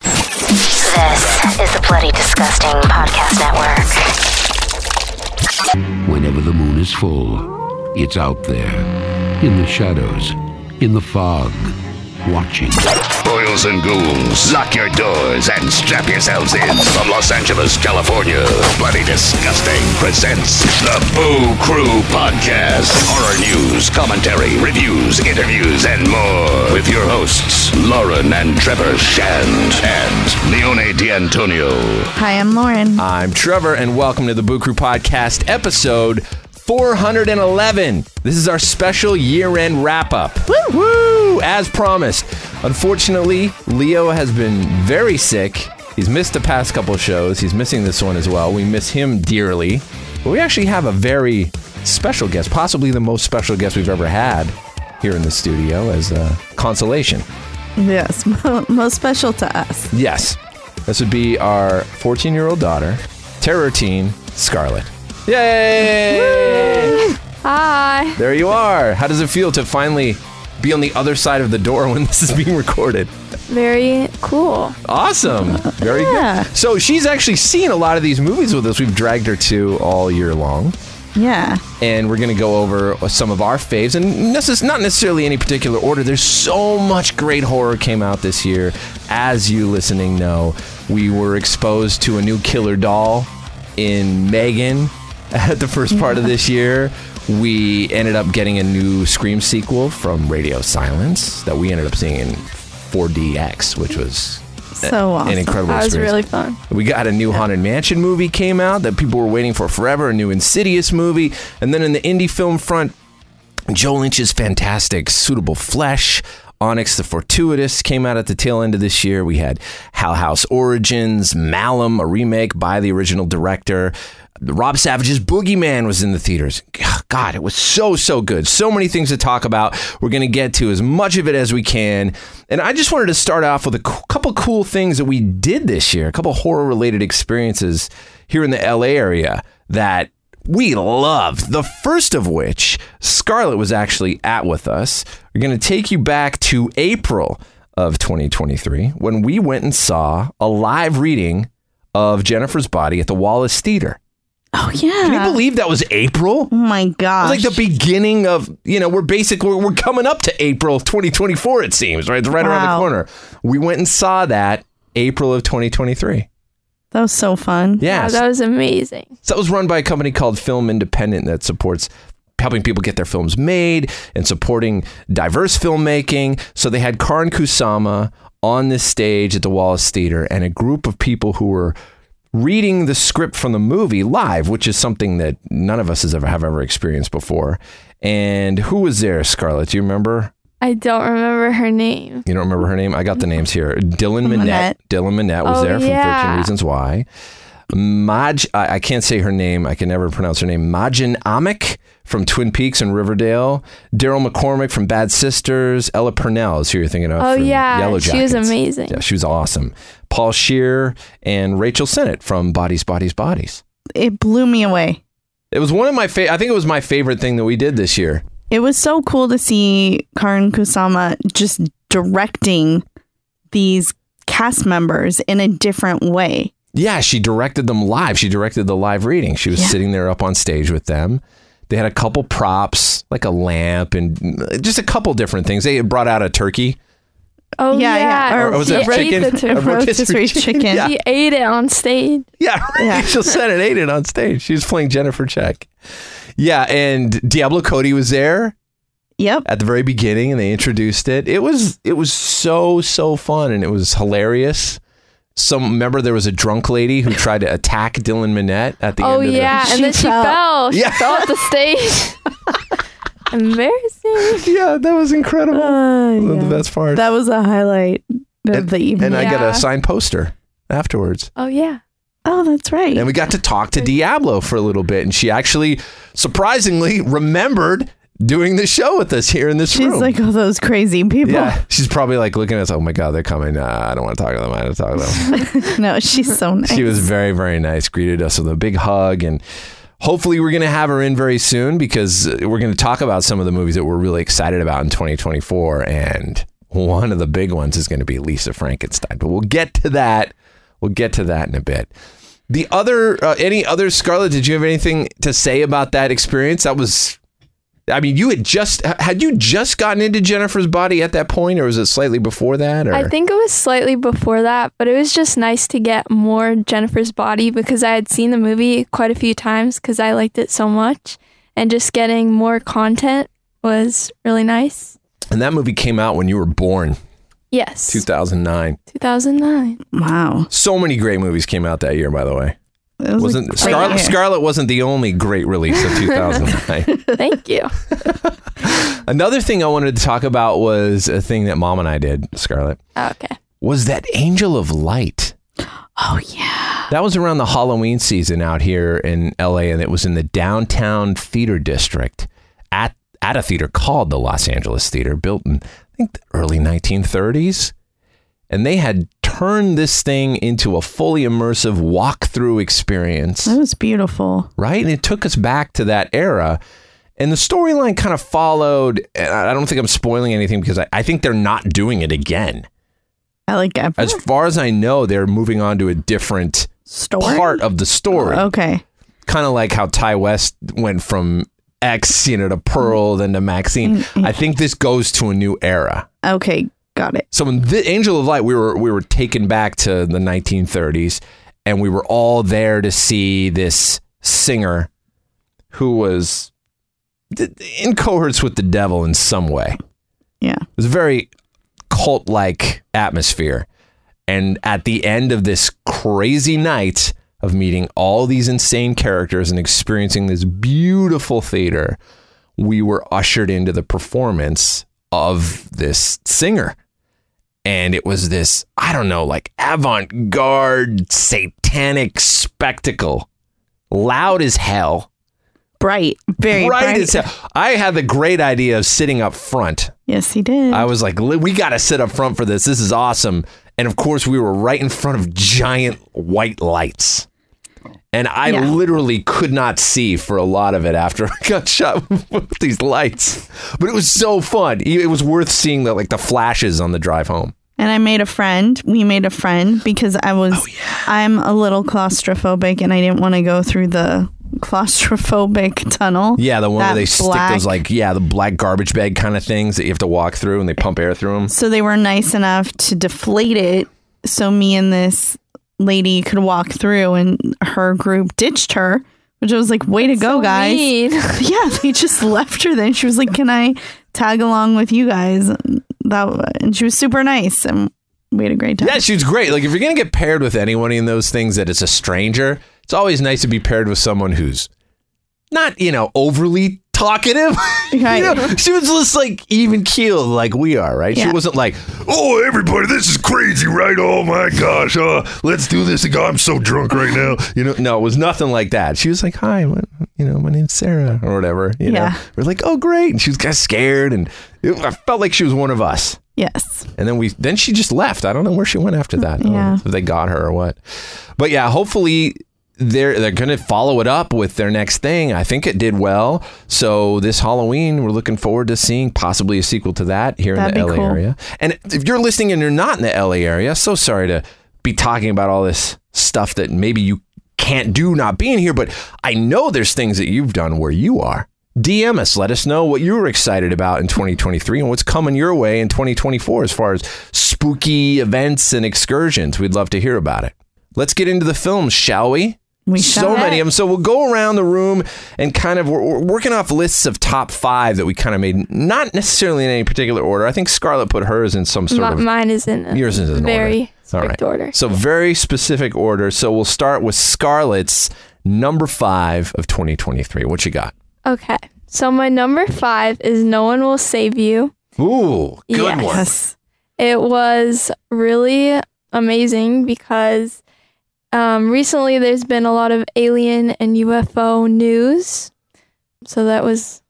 This is the Bloody Disgusting Podcast Network. Whenever the moon is full, it's out there, in the shadows, in the fog, watching. Boils and ghouls, lock your doors and strap yourselves in. From Los Angeles, California, Bloody Disgusting presents the Boo Crew Podcast. Horror news, commentary, reviews, interviews, and more. With your hosts, Lauren and Trevor Shand and Leone D'Antonio. Hi, I'm Lauren. I'm Trevor, and welcome to the Boo Crew Podcast, episode 411. This is our special year end wrap up. Woo! Woo! As promised. Unfortunately, Leo has been very sick. He's missed the past couple shows. He's missing this one as well. We miss him dearly. But we actually have a very special guest, possibly the most special guest we've ever had here in the studio as a consolation. Yes, mo- most special to us. Yes. This would be our 14 year old daughter, terror teen, Scarlett. Yay! Hi. there you are. How does it feel to finally be on the other side of the door when this is being recorded? Very cool. Awesome. Very Yeah. good. So she's actually seen a lot of these movies with us. We've dragged her to all year long. Yeah. And we're going to go over some of our faves, and necess- not necessarily any particular order. There's so much great horror came out this year. As you listening know, we were exposed to a new killer doll in Megan at the first part of this year. We ended up getting a new Scream sequel from Radio Silence that we ended up seeing in 4DX, which was So awesome. an incredible That was experience. really fun. We got a new Haunted Mansion movie came out that people were waiting for forever, a new Insidious movie, and then in the indie film front, Joe Lynch's fantastic Suitable Flesh, Onyx the Fortuitous came out at the tail end of this year. We had Hal House Origins, Malum, a remake by the original director. Rob Savage's Boogeyman was in the theaters. God, it was so, so good. So many things to talk about. We're going to get to as much of it as we can. And I just wanted to start off with a cou- couple cool things that we did this year, a couple horror related experiences here in the LA area that we loved. The first of which, Scarlett was actually at with us. We're going to take you back to April of 2023 when we went and saw a live reading of Jennifer's Body at the Wallace Theater. oh yeah. Can you believe that was April? Oh my It gosh. was like the beginning of, you know, we're basically, we're coming up to April 2024, it seems, right? It's right around the Wow. corner. We went and saw that April of 2023. that was so fun. Yeah. Wow, that was amazing. So that was run by a company called Film Independent that supports helping people get their films made and supporting diverse filmmaking. So they had Karin Kusama on this stage at the Wallace Theater and a group of people who were reading the script from the movie live, which is something that none of us has ever have ever experienced before. And who was there, Scarlett? Do you remember? I don't remember her name. You don't remember her name? I got the names here. Dylan Minette. Minette. Dylan Minette was Oh, there from yeah. 13 Reasons Why. Maj, I, I can't say her name. I can never pronounce her name. Majin Amick from Twin Peaks and Riverdale. Daryl McCormick from Bad Sisters. Ella Purnell is who you're thinking of. Oh, from yeah. Yellow She was Jackets. amazing. Yeah, she was awesome. Paul Shear and Rachel Sennett from Bodies, Bodies, Bodies. it blew me away. It was one of my favorite. I think it was my favorite thing that we did this year. It was so cool to see Karin Kusama just directing these cast members in a different way. Yeah, she directed them live. She directed the live reading. She was Yeah. sitting there up on stage with them. They had a couple props, like a lamp and uh, just a couple different things. They had brought out a turkey. Oh, yeah. Yeah, yeah. Or was she that ate chicken? the A turkey. rotisserie rotisserie chicken. chicken. Yeah. She ate it on stage. Yeah, Yeah. Rachel said it ate it on stage. She was playing Jennifer Check. Yeah, and Diablo Cody was there Yep. at the very beginning and they introduced it. It was it was so so fun and it was hilarious. Some remember there was a drunk lady who tried to attack Dylan Minette at the oh, end of the yeah. She and then she fell. fell. She Yeah. fell off the stage. Embarrassing. Yeah, that was incredible. Uh, One of Oh, yeah. the best parts. That was a highlight. the, And- the evening. and I got Yeah. a signed poster afterwards. Oh yeah. oh, that's right. And we got to talk to Diablo for a little bit, and she actually surprisingly remembered doing the show with us here in this She's room. like all those crazy people. yeah, she's probably like looking at us. Oh my god, they're coming! Nah, I don't want to talk to them. I don't talk to them. no, she's so nice. She was very, very nice. Greeted us with a big hug, and hopefully, we're going to have her in very soon because uh, we're going to talk about some of the movies that we're really excited about in 2024. And one of the big ones is going to be Lisa Frankenstein. But we'll get to that. We'll get to that in a bit. The other, uh, any other Scarlett? Did you have anything to say about that experience? That was. I mean, you had just had you just gotten into Jennifer's body at that point, or was it slightly before that? Or I think it was slightly before that, but it was just nice to get more Jennifer's body because I had seen the movie quite a few times because I liked it so much, and just getting more content was really nice. and that movie came out when you were born, Yes. two thousand nine. 2009. wow. So many great movies came out that year, by the way. It was a Wasn't great Scarlet? year. Scarlet wasn't the only great release of 2009. Thank you. Another thing I wanted to talk about was a thing that Mom and I did, Scarlet, Okay. was that Angel of Light. Oh yeah. That was around the Halloween season out here in LA, and it was in the downtown theater district at at a theater called the Los Angeles Theater, built in I think the early 1930s. And they had turned this thing into a fully immersive walkthrough experience. That was beautiful. right? And it took us back to that era. And the storyline kind of followed. And I I don't think I'm spoiling anything because I, I think they're not doing it again. I like that As far as I know, they're moving on to a different story. Oh, part of the story. Okay. Kind of like how Ty West went from X, you know, to Pearl, then to Maxine. I think this goes to a new era. Okay. Got it. So in the Angel of Light, we were we were taken back to the 1930s, and we were all there to see this singer who was d- in cohorts with the devil in some way. Yeah. It was a very cult like atmosphere. And at the end of this crazy night of meeting all these insane characters and experiencing this beautiful theater, we were ushered into the performance of this singer. And it was this, I don't know, like avant garde satanic spectacle, loud as hell. Bright. Very bright. bright as hell. I had the great idea of sitting up front Yes, he did. I was like, "Li- we got to sit up front for this. This is awesome. And of course, we were right in front of giant white lights. And I Yeah. literally could not see for a lot of it after I got shot with these lights. But it was so fun. E, It was worth seeing the like the flashes on the drive home. and I made a friend. We made a friend because I was Oh, I'm a little claustrophobic and I didn't want to go through the claustrophobic tunnel. Yeah, the one That where they stick black- those like yeah, the black garbage bag kind of things that you have to walk through and they pump air through them. So they were nice enough to deflate it so me and this lady could walk through and her group ditched her, which I was like, way to go, So guys. mean. Yeah, they just left her then. She was like, Can I tag along with you guys? That and she was super nice and we had a great time. Yeah, she was great. Like if you're gonna get paired with anyone in those things that it's a stranger, it's always nice to be paired with someone who's not, you know, overly talkative. You Right. know, she was just like even keeled like we are, right? She Yeah. wasn't like, Oh, everybody, this is crazy, right? Oh my gosh, uh, let's do this again. I'm so drunk right now. you know, no, it was nothing like that. She was like, "Hi, what, you know, my name's Sarah or whatever." You Yeah. know, we're like, "Oh, great!" And she was kind of scared, and it, I felt like she was one of us. Yes. And then we then she just left. I don't know where she went after that. I don't know Yeah. if they got her or what. But yeah, hopefully they're they're gonna follow it up with their next thing. I think it did well. So this Halloween, we're looking forward to seeing possibly a sequel to that here That'd in be the LA cool. area. And if you're listening and you're not in the LA area, so sorry to be talking about all this stuff that maybe you can't do not being here, but I know there's things that you've done where you are. DM us. Let us know what you were excited about in 2023 and what's coming your way in 2024 as far as spooky events and excursions. We'd love to hear about it. Let's get into the films, shall we? We so shall. many of them. So we'll go around the room and kind of we're, we're working off lists of top five that we kind of made, not necessarily in any particular order. I think Scarlett put hers in some sort Mi- of mine is in a yours is in very order. All right. strict order. So very specific order. So we'll start with Scarlett's number five of 2023. What you got? Okay. So my number five is No One Will Save You. Ooh, good one. Yes. Yes. It was really amazing because um, recently there's been a lot of alien and UFO news. So that was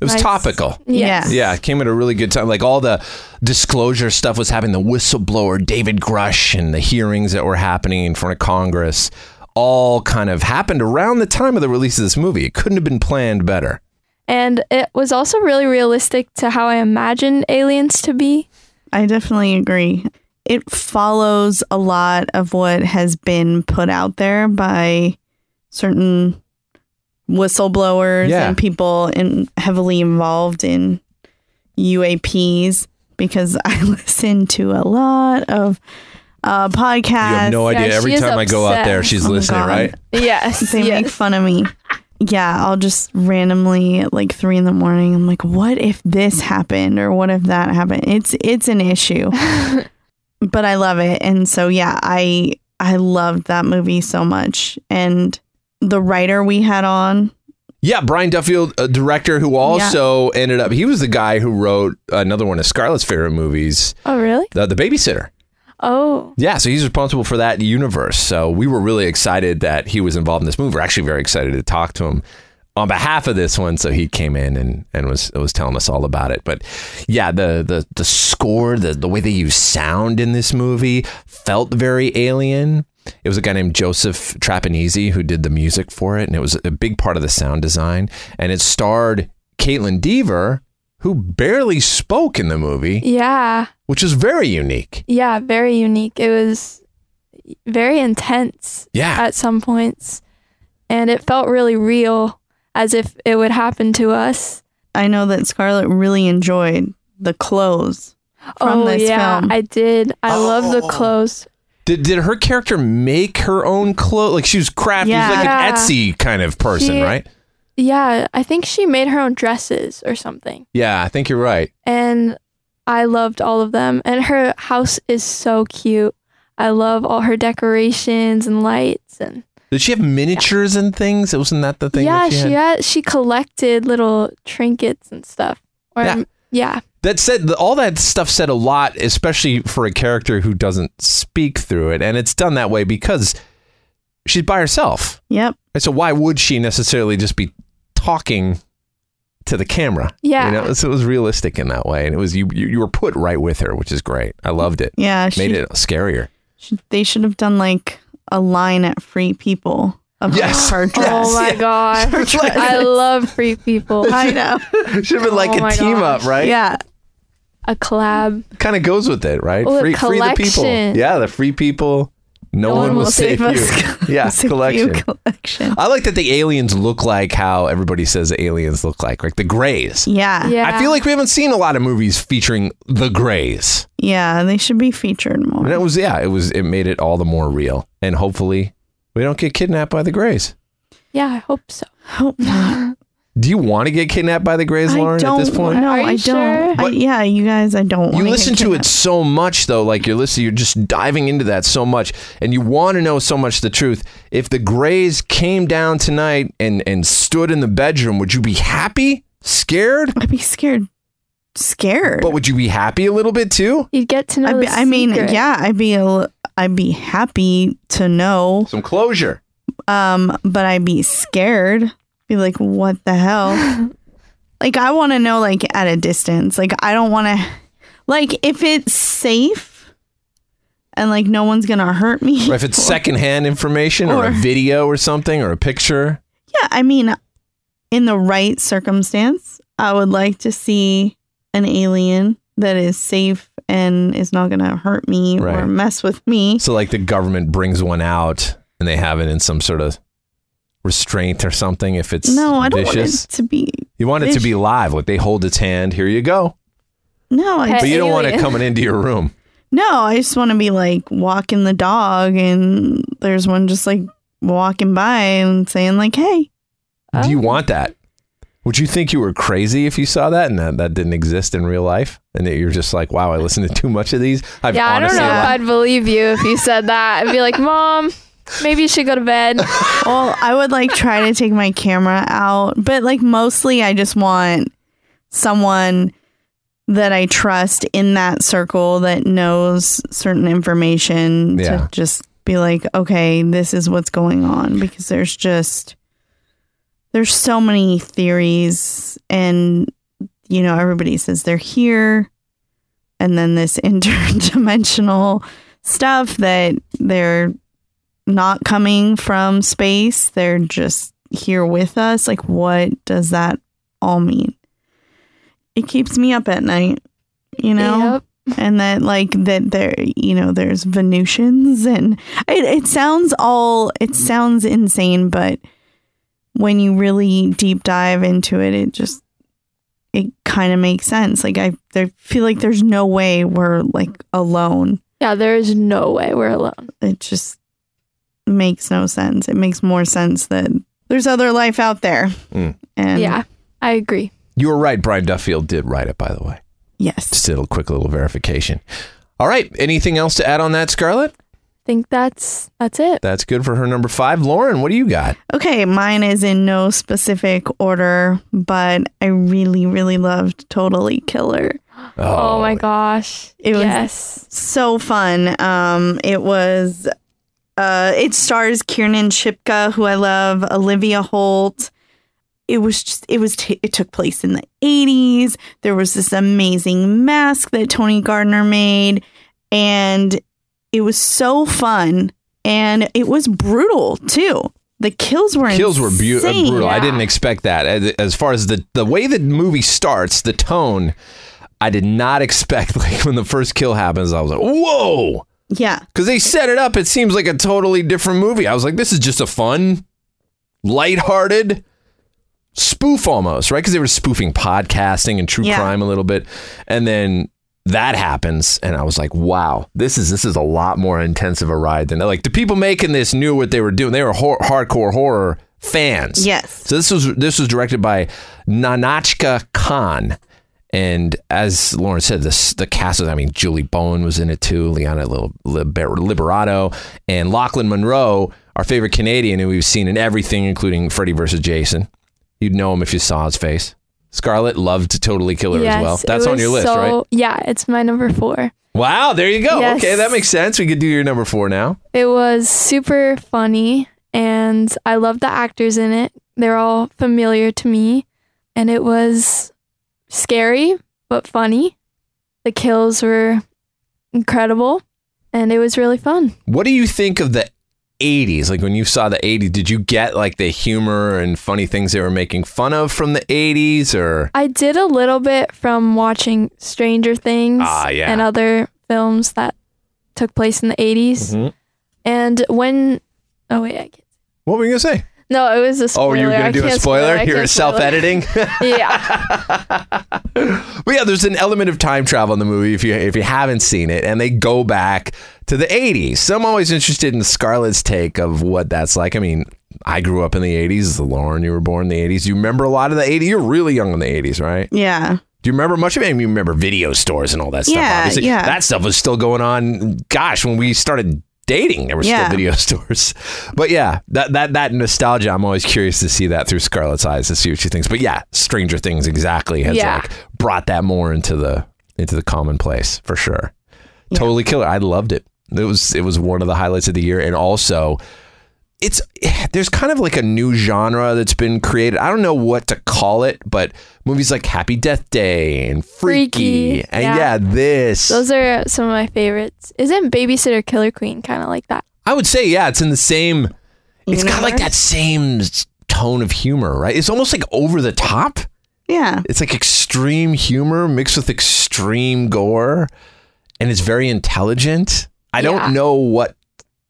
It was Nice. topical. Yeah. Yeah, it came at a really good time. Like all the disclosure stuff was happening, the whistleblower David Grush and the hearings that were happening in front of Congress all kind of happened around the time of the release of this movie. It couldn't have been planned better. And it was also really realistic to how I imagined aliens to be. I definitely agree. It follows a lot of what has been put out there by certain whistleblowers Yeah. and people in, heavily involved in UAPs because I listen to a lot of uh, podcasts. You have no Yeah, idea. she Every is time I go out upset. there, she's Oh my listening, God. right? Yes. they make fun of me. Yeah, I'll just randomly at like three in the morning. I'm like, what if this happened or what if that happened? It's it's an issue, but I love it, and so yeah, I I loved that movie so much, and the writer we had on, Yeah, Brian Duffield, a director who also ended up, he was the guy who wrote another one of Scarlett's favorite movies, Oh, really? The, the Babysitter. Oh, Yeah, so he's responsible for that universe. So we were really excited that he was involved in this movie. We're actually very excited to talk to him on behalf of this one. So he came in and, and was was telling us all about it. But yeah, the the the score, the the way they use sound in this movie felt very alien. It was a guy named Joseph Trapanese who did the music for it, and it was a big part of the sound design. And it starred Caitlin Deaver, who barely spoke in the movie, yeah. which is very unique. Yeah, very unique. It was very intense Yeah. at some points. And it felt really real, as if it would happen to us. I know that Scarlett really enjoyed the clothes from oh, this yeah. film. I did. I Oh. love the clothes. Did, did her character make her own clothes? Like she was crafty, she was like Yeah. an Etsy kind of person, She- right? Yeah, I think she made her own dresses or something. Yeah, I think you're right. and I loved all of them. And her house is so cute. I love all her decorations and lights and Did she have miniatures and things? Wasn't that the thing? yeah, that she she, had? had? she collected little trinkets and stuff. Or Yeah. yeah, That said, the- all that stuff said a lot, especially for a character who doesn't speak through it, and it's done that way because she's by herself. yep, And so why would she necessarily just be talking to the camera? Yeah. you know, so it was realistic in that way, and it was you. You, you were put right with her, which is great. I loved it. yeah. She, Made it scarier. she- they should have done like a line at Free People of Yes. her dress. Oh my gosh. I love free people. I know. Should have been like Oh a my team up, gosh. right? Yeah. A collab. Kind of goes with it, right? Oh, a free, free the people. collection. Yeah, the free people. No, one, will, save, us. you. yeah, Save you collection. collection. I like that the aliens look like how everybody says the aliens look like, like the Greys. Yeah. yeah. Yeah. I feel like we haven't seen a lot of movies featuring the Greys. They should be featured more. And it was, yeah, it was, it made it all the more real. And hopefully we don't get kidnapped by the Greys. Yeah, I hope so. Hope not. Do you want to get kidnapped by the Greys, Oh, I Lauren, don't. at this point? No, Are you I sure? don't. I, But- yeah, you guys, I don't. you wanna listen get to it kidnapped. so much though like you're listening you're just diving into that so much and you want to know so much the truth if the grays came down tonight and and stood in the bedroom would you be happy scared I'd be scared. Scared. but would you be happy a little bit too You'd get to know I'd be, the I mean, secret. yeah, I'd be. A, li- I'd be happy to know. some closure Um, but I'd be scared. Be like, what the hell? like, I want to know, like, at a distance. Like, I don't want to. Like, if it's safe, and like no one's gonna hurt me. if it's secondhand information or, a Or- video or something or a picture Yeah, I mean, in the right circumstance, I would like to see an alien that is safe and is not going to hurt me Right. or mess with me. so like the government brings one out and they have it in some sort of restraint or something if it's No, I don't want it vicious to be. you want it to vicious. be live like they hold its hand here you go No, I Pet but just, you don't want it Alien. coming into your room no, I just want to be like walking the dog, and there's one just like walking by and saying like, "Hey, Do Oh. you want that? Would you think you were crazy if you saw that and that, that didn't exist in real life? And that you're just like, wow, I listened to too much of these. I've Yeah, I don't honestly know if li- I'd believe you if you said that. I'd be like, Mom, maybe you should go to bed. well, I would like try to take my camera out, but like mostly I just want someone that I trust in that circle that knows certain information Yeah. to just be like, okay, this is what's going on because there's just there's so many theories and you know everybody says they're here and then this interdimensional stuff that they're not coming from space, they're just here with us. Like what does that all mean? It keeps me up at night, you know? Yep. and that like that there you know there's venusians and it, it sounds all it sounds insane but when you really deep dive into it it just it kind of makes sense like i there, feel like there's no way we're like alone Yeah, there is no way we're alone. it just makes no sense it makes more sense that there's other life out there Mm. and yeah, I agree. You were right. Brian Duffield did write it, by the way. yes Just did a quick little verification. All right. Anything else to add on that, Scarlett? think that's that's it. That's good for her number five. Lauren, what do you got? Okay, mine is in no specific order, but I really, really loved Totally Killer. Oh, my gosh. It was- yes. So fun. Um, it was. Uh, it stars Kiernan Shipka, who I love, Olivia Holt. It was just. It was. T- it took place in the eighties. There was this amazing mask that Tony Gardner made, and it was so fun. And it was brutal too. The kills were Kills were beau- uh, insane. brutal. I didn't expect that. As, as far as the, the way the movie starts, the tone, I did not expect. Like when the first kill happens, I was like, whoa. Yeah. Because they set it up, it seems like a totally different movie. I was like, this is just a fun, lighthearted spoof almost, right? Because they were spoofing podcasting and true Yeah. crime a little bit. And then that happens and I was like, wow, this is this is a lot more intense of a ride than like the people making this knew what they were doing. They were hor- hardcore horror fans. Yes. So this was this was directed by Nanachka Khan. And as Lauren said, this the cast was, I mean, Julie Bowen was in it too, Liana Li- Liber- Liberato, and Lachlan Monroe, our favorite Canadian who we've seen in everything, including Freddy versus Jason. You'd know him if you saw his face. Scarlett loved Totally Killer yes, as well. it That's on was your list, so, right? Yeah, it's my number four. Wow, there you go. Yes. Okay, that makes sense. We could do your number four now. It was super funny, and I love the actors in it. They're all familiar to me, and it was scary but funny. The kills were incredible, and it was really fun. What do you think of the 80s? Like when you saw the 80s, did you get like the humor and funny things they were making fun of from the 80s or I did a little bit from watching Stranger Things Ah, yeah. and other films that took place in the 80s. Mhm. And when, oh wait, I can't. what were you going to say? No, it was a spoiler. Oh, you were I going to do a can't spoiler? spoil it. I You're can't spoil it. self editing? yeah. But yeah, there's an element of time travel in the movie if you if you haven't seen it, and they go back to the 80s. So I'm always interested in Scarlett's take of what that's like. I mean, I grew up in the 80s. Lauren, you were born in the 80s. You remember a lot of the 80s. You're really young in the 80s, right? Yeah. Do you remember much of it? I mean, you remember video stores and all that stuff. Yeah, Obviously, yeah. that stuff was still going on. Gosh, when we started dating, there were Yeah. still video stores. But yeah, that that that nostalgia. I'm always curious to see that through Scarlett's eyes to see what she thinks. But yeah, Stranger Things exactly has Yeah. like brought that more into the into the commonplace for sure. Totally killer. I loved it. It was it was one of the highlights of the year, and also it's there's kind of like a new genre that's been created. I don't know what to call it, but movies like Happy Death Day and Freaky, Freaky, and yeah, yeah. this. Those are some of my favorites. Isn't Babysitter Killer Queen kind of like that? I would say yeah, it's in the same. It's got like Universe? that same s- tone of humor, right? It's almost like over the top. Yeah. It's like extreme humor mixed with extreme gore, and it's very intelligent. I Yeah. don't know what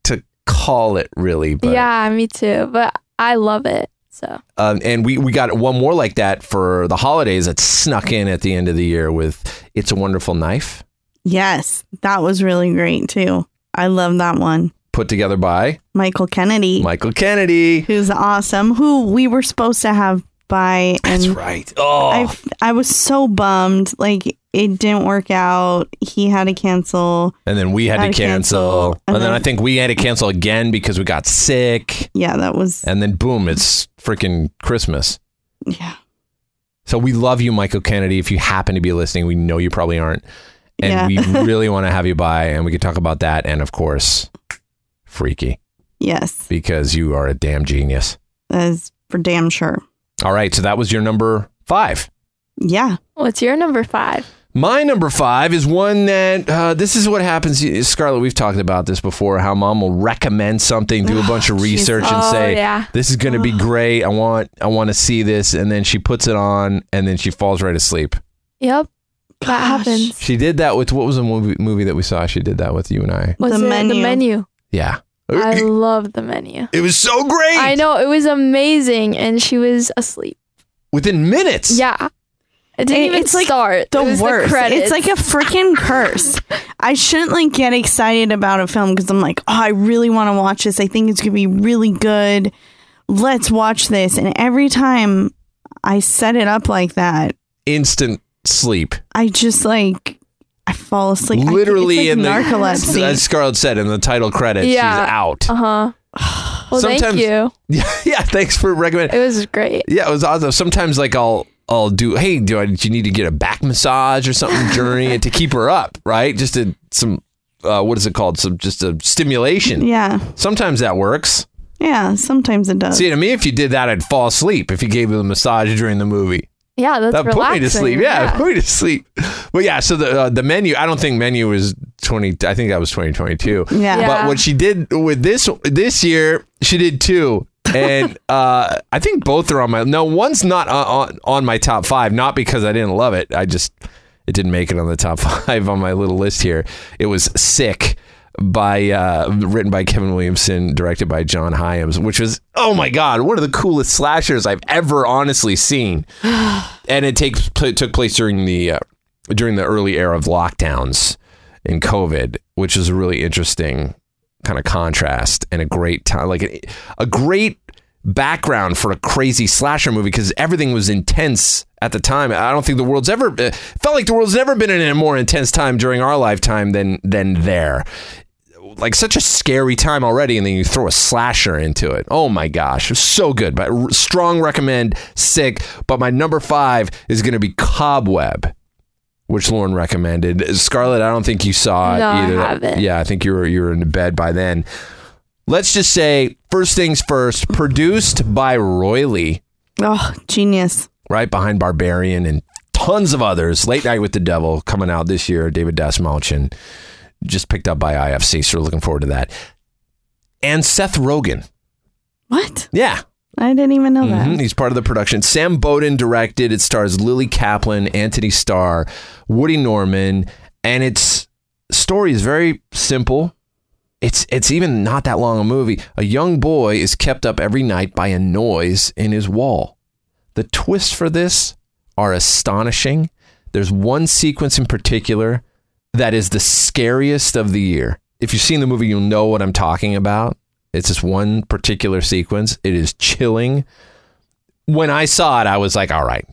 to call it really, but Yeah, me too. But I love it. So Um, and we, we got one more like that for the holidays that snuck in at the end of the year with It's a Wonderful Knife, Yes. That was really great too. I love that one. put together by Michael Kennedy, Michael Kennedy. who's awesome, who we were supposed to have by and That's right. Oh, I f- I was so bummed like it didn't work out. He had to cancel. and then we had, to cancel. Uh-huh. And, then, then- I think we had to cancel again because we got sick. Yeah, that was And then boom, it's freaking Christmas. yeah. So we love you, Michael Kennedy. If you happen to be listening, we know you probably aren't. Yeah. And we really want to have you by, and we could talk about that. And of course, Freaky, Yes, because you are a damn genius. that is for damn sure. All right. So that was your number five. Yeah. What's your number five? My number five is one that uh, this is what happens. Scarlett, we've talked about this before how mom will recommend something, do a bunch of research, and Oh, say, yeah. This is going to be great. I want, I want to see this. And then she puts it on and then she falls right asleep. Yep. That Gosh. happens. She did that with what was the movie, movie that we saw? She did that with you and I. Was The it menu. the menu? Yeah. I love the menu. It was so great. I know it was amazing, and she was asleep. Within minutes. Yeah, it didn't It- even it's like start. the it was worst. The it's credits. like a freaking curse. I shouldn't like get excited about a film because I'm like, oh, I really want to watch this. I think it's gonna be really good. Let's watch this. And every time I set it up like that, Instant sleep. I just like I fall asleep. I think Literally it's in the like narcolepsy. As Scarlett said in the title credits, Yeah. she's out. uh huh. Well, thank Sometimes- you. Yeah, yeah. Thanks for recommending. It was great. Yeah, it was awesome. Sometimes like I'll I'll do hey, do I do you need to get a back massage or something during it to keep her up, right? Just a, some uh, what is it called? Some just a stimulation. yeah, Sometimes that works. yeah. Sometimes it does. See to me if you did that I'd fall asleep if you gave her the massage during the movie. Yeah, that's that put me relaxing. to sleep. Yeah, put me to sleep. But yeah, so the uh, the menu, I don't think menu was 20 I think that was 2022. yeah. Yeah. But what she did with this this year, she did two, and uh, I think both are on my. No, one's not on, on on my top five. Not because I didn't love it. I just it didn't make it on the top five on my little list here. It was sick by uh, written by Kevin Williamson, directed by John Hyams, which was oh my god, one of the coolest slashers I've ever honestly seen. and it takes pl- took place during the uh, during the early era of lockdowns in COVID, which is a really interesting kind of contrast and a great time, like a, a great background for a crazy slasher movie because everything was intense at the time. I don't think the world's ever uh, felt like the world's never been in a more intense time during our lifetime than than there. Like such a scary time already, and then you throw a slasher into it. Oh my gosh, it was so good! But r- strong recommend, sick. But my number five is going to be Cobweb, which Lauren recommended. Scarlett, I don't think you saw it No, I either. haven't. Yeah, I think you were you were in bed by then. Let's just say first things first. Produced by Roy Lee, Oh, genius. right behind Barbarian and tons of others. Late Night with the Devil coming out this year. David Dasmalchian just picked up by IFC, so we're looking forward to that. And Seth Rogen, What? yeah, I didn't even know Mhm, that. He's part of the production. Sam Bowden directed. It stars Lily Kaplan, Anthony Starr, Woody Norman, and its story is very simple. It's it's even not that long a movie. A young boy is kept up every night by a noise in his wall. The twists for this are astonishing. There's one sequence in particular that is the scariest of the year. If you've seen the movie, you'll know what I'm talking about. It's this one particular sequence. It is chilling. When I saw it, I was like, all right,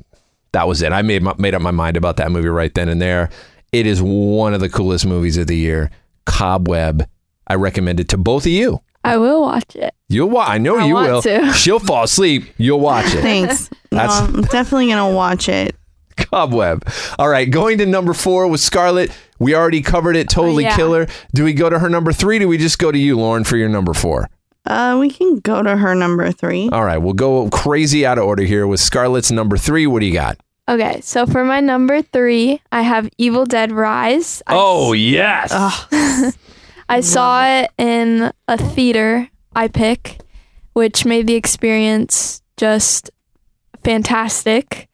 that was it. I made, my, made up my mind about that movie right then and there. It is one of the coolest movies of the year. Cobweb. I recommend it to both of you. I will watch it. You'll watch. I know I you want will. to. She'll fall asleep. You'll watch it. Thanks. No, That's- I'm definitely gonna watch it. Cobweb. All right, going to number four with Scarlett. We already covered it. Totally Oh, yeah. killer. Do we go to her number three? Do we just go to you, Lauren, for your number four? Uh, we can go to her number three. All right, we'll go crazy out of order here with Scarlett's number three. What do you got? Okay, so for my number three, I have Evil Dead Rise. I, Oh yes. I saw it in a theater, iPic, which made the experience just fantastic.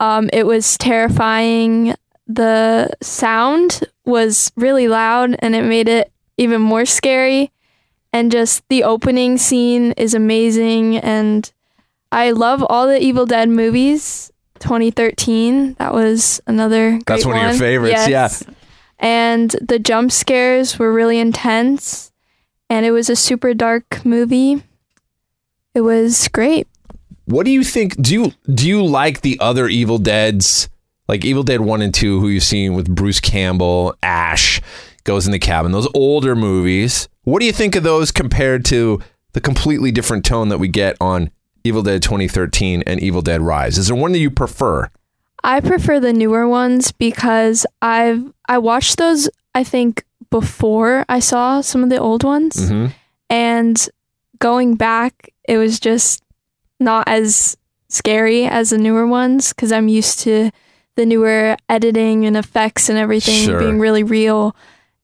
Um, it was terrifying. The sound was really loud and it made it even more scary. And just the opening scene is amazing. And I love all the Evil Dead movies. 2013, that was another great That's one of your favorites, yeah. And the jump scares were really intense. And it was a super dark movie. It was great. What do you think? Do you do you like the other Evil Dead's, like Evil Dead One and Two, who you've seen with Bruce Campbell, Ash, Goes in the Cabin, those older movies? What do you think of those compared to the completely different tone that we get on Evil Dead 2013 and Evil Dead Rise. Is there one that you prefer? I prefer the newer ones because I've I watched those I think before I saw some of the old ones Mm-hmm. and going back it was just not as scary as the newer ones cuz I'm used to the newer editing and effects and everything Sure. being really real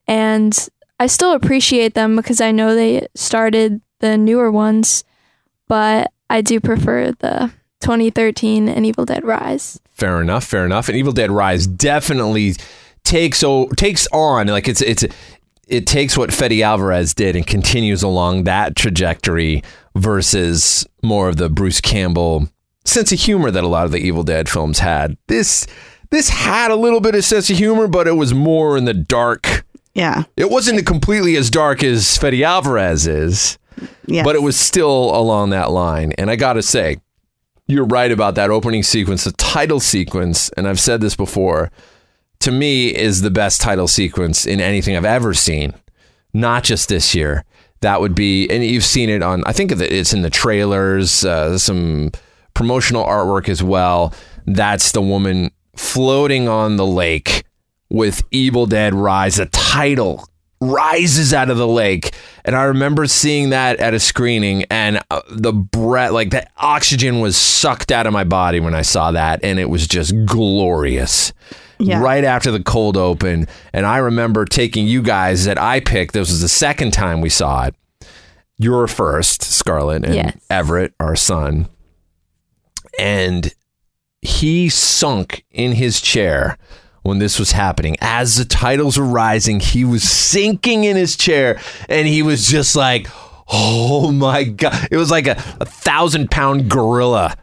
and I still appreciate them because I know they started the newer ones but I do prefer the 2013 and Evil Dead Rise. Fair enough. Fair enough. And Evil Dead Rise definitely takes o- takes on like it's it's it takes what Fetty Alvarez did and continues along that trajectory versus more of the Bruce Campbell sense of humor that a lot of the Evil Dead films had. This this had a little bit of sense of humor, but it was more in the dark. Yeah. It wasn't completely as dark as Fetty Alvarez is Yeah. but it was still along that line. And I got to say, you're right about that opening sequence, the title sequence, and I've said this before, to me is the best title sequence in anything I've ever seen, not just this year. That would be, and you've seen it on, I think that it's in the trailers, uh, some promotional artwork as well. That's the woman floating on the lake with Evil Dead Rise, the title rises out of the lake. And I remember seeing that at a screening, and uh, the breath, like the oxygen was sucked out of my body when I saw that, and it was just glorious. Yeah. Right after the cold open, and I remember taking you guys that I picked. This was the second time we saw it. You're first, Scarlett, and Yes. Everett, our son, and he sunk in his chair when this was happening. As the titles were rising, he was sinking in his chair and he was just like, oh my God. It was like a, a thousand pound gorilla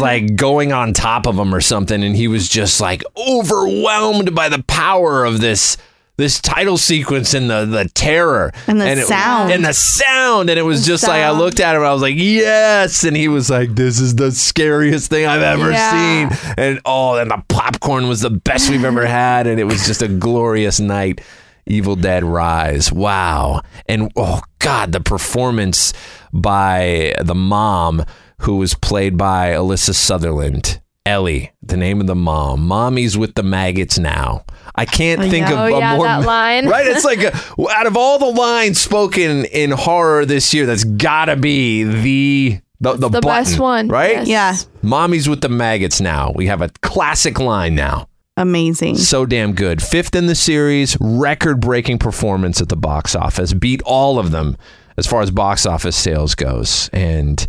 like going on top of him or something. And he was just like overwhelmed by the power of this. This title sequence and the the terror And the it- sound. and the sound and it was just like I sound. looked at him and I was like yes and he was like this is the scariest thing I've ever Yeah. seen and oh, and the popcorn was the best we've ever had, and it was just a glorious night. Evil Dead Rise, wow, and oh god, the performance by the mom who was played by Alyssa Sutherland, Ellie, the name of the mom. Mommy's with the maggots now. I can't think yeah. of Oh, a yeah, more that line. right. It's like a, out of all the lines spoken in horror this year, that's gotta be the the, the, the button, best one, right? yes. yeah. Mommy's with the maggots now. We have a classic line now. Amazing. So damn good. Fifth in the series, record breaking performance at the box office. Beat all of them as far as box office sales goes. And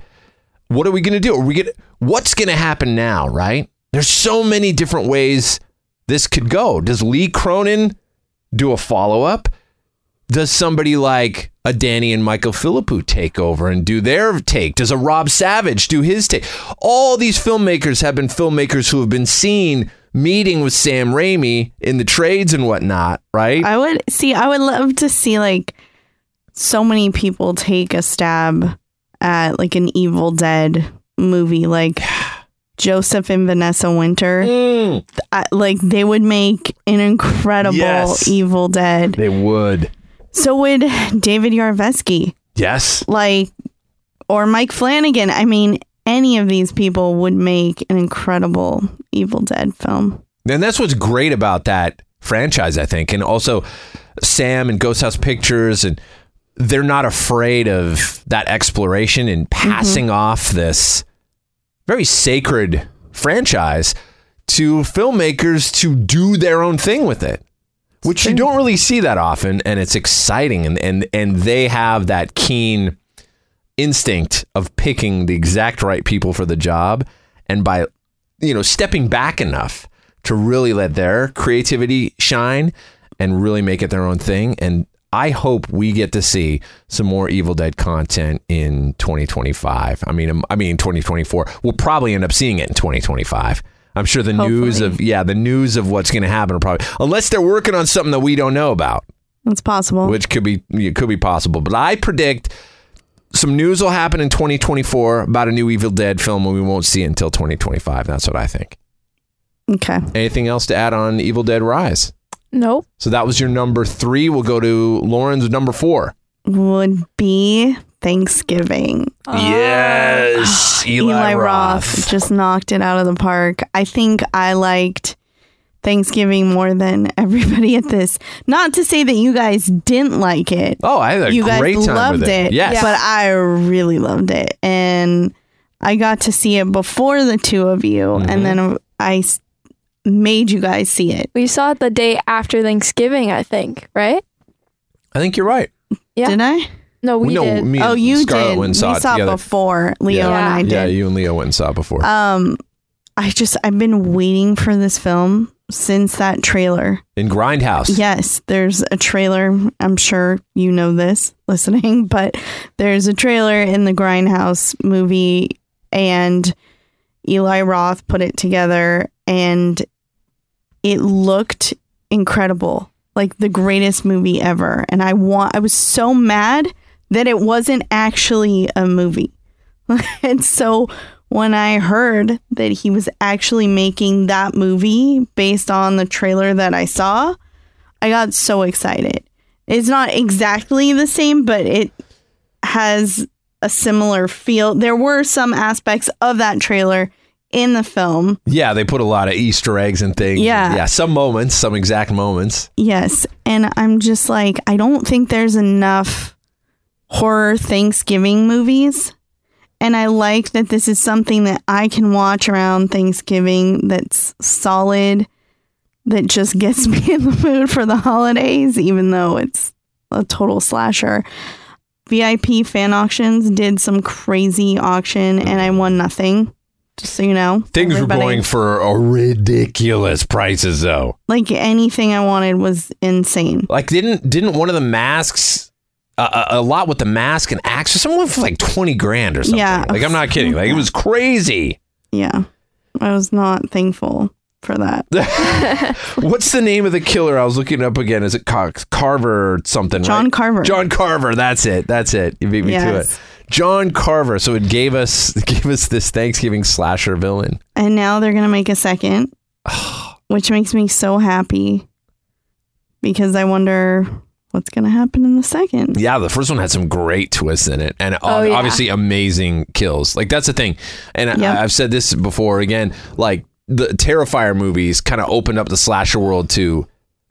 what are we gonna do? Are we gonna what's gonna happen now, right? There's so many different ways this could go. Does Lee Cronin do a follow up? Does somebody like a Danny and Michael Philippou take over and do their take? Does a Rob Savage do his take? All these filmmakers have been filmmakers who have been seen meeting with Sam Raimi in the trades and whatnot, right? I would see. I would love to see like so many people take a stab at like an Evil Dead movie, like Joseph and Vanessa Winter. Mm, I, like they would make an incredible Yes. Evil Dead. they would. So would David Yarveski, Yes. like, or Mike Flanagan. I mean, any of these people would make an incredible Evil Dead film. And that's what's great about that franchise, I think. And also Sam and Ghost House Pictures and they're not afraid of that exploration and passing off this very sacred franchise to filmmakers to do their own thing with it. Which you don't really see that often, and it's exciting and, and and they have that keen instinct of picking the exact right people for the job and by you know stepping back enough to really let their creativity shine and really make it their own thing and I hope we get to see some more Evil Dead content in 2025. I mean um, I mean 2024. We'll probably end up seeing it in 2025. I'm sure the news Hopefully. of yeah, the news of what's going to happen will probably unless they're working on something that we don't know about That's possible. which could be it could be possible. But I predict some news will happen in 2024 about a new Evil Dead film, and we won't see it until 2025. That's what I think. okay. Anything else to add on Evil Dead Rise? Nope. So that was your number three. We'll go to Lauren's number four. would be Thanksgiving. Yes, Eli, Roth. just knocked it out of the park. I think I liked Thanksgiving more than everybody at this. Not to say that you guys didn't like it. Oh, I had a you guys great time loved with it. it. Yes. But I really loved it. And I got to see it before the two of you. Mm-hmm. And then I s- made you guys see it. We saw it the day after Thanksgiving, I think, right? I think you're right. Yeah. Did I? No, we no, did. me and oh, you Scarlett did. went and saw we it saw it together. before Leo Yeah. and I did. yeah, you and Leo went and saw it before. Um, I just I've been waiting for this film since that trailer. In Grindhouse. Yes, there's a trailer. I'm sure you know this, listening, but there's a trailer in the Grindhouse movie, and Eli Roth put it together, and it looked incredible, like the greatest movie ever. And I want. I was so mad that it wasn't actually a movie. and so when I heard that he was actually making that movie based on the trailer that I saw, I got so excited. It's not exactly the same, but it has a similar feel. There were some aspects of that trailer in the film. Yeah, they put a lot of Easter eggs and things. Yeah. Yeah, some moments, some exact moments. Yes. And I'm just like, I don't think there's enough horror Thanksgiving movies. And I like that this is something that I can watch around Thanksgiving that's solid, that just gets me in the mood for the holidays, even though it's a total slasher. VIP fan auctions did some crazy auction and I won nothing. Just so you know, Things Everybody- were going for a ridiculous prices though. like anything I wanted was insane. Like didn't didn't one of the masks uh, a a lot with the mask and axe or someone for like 20 grand or something. Yeah. Like I'm not kidding. Like it was crazy. Yeah. I was not thankful for that. What's the name of the killer? I was looking it up again. Is it Cox Carver or something? right? John Carver. John Carver. That's it. That's it. You beat me Yes. to it. John Carver. So it gave us gave us this Thanksgiving slasher villain. And now they're going to make a second, which makes me so happy because I wonder what's going to happen in the second. Yeah, the first one had some great twists in it, and Oh, ob- yeah. obviously amazing kills. Like that's the thing, and Yep. I, I've said this before. Again, like the Terrifier movies kind of opened up the slasher world to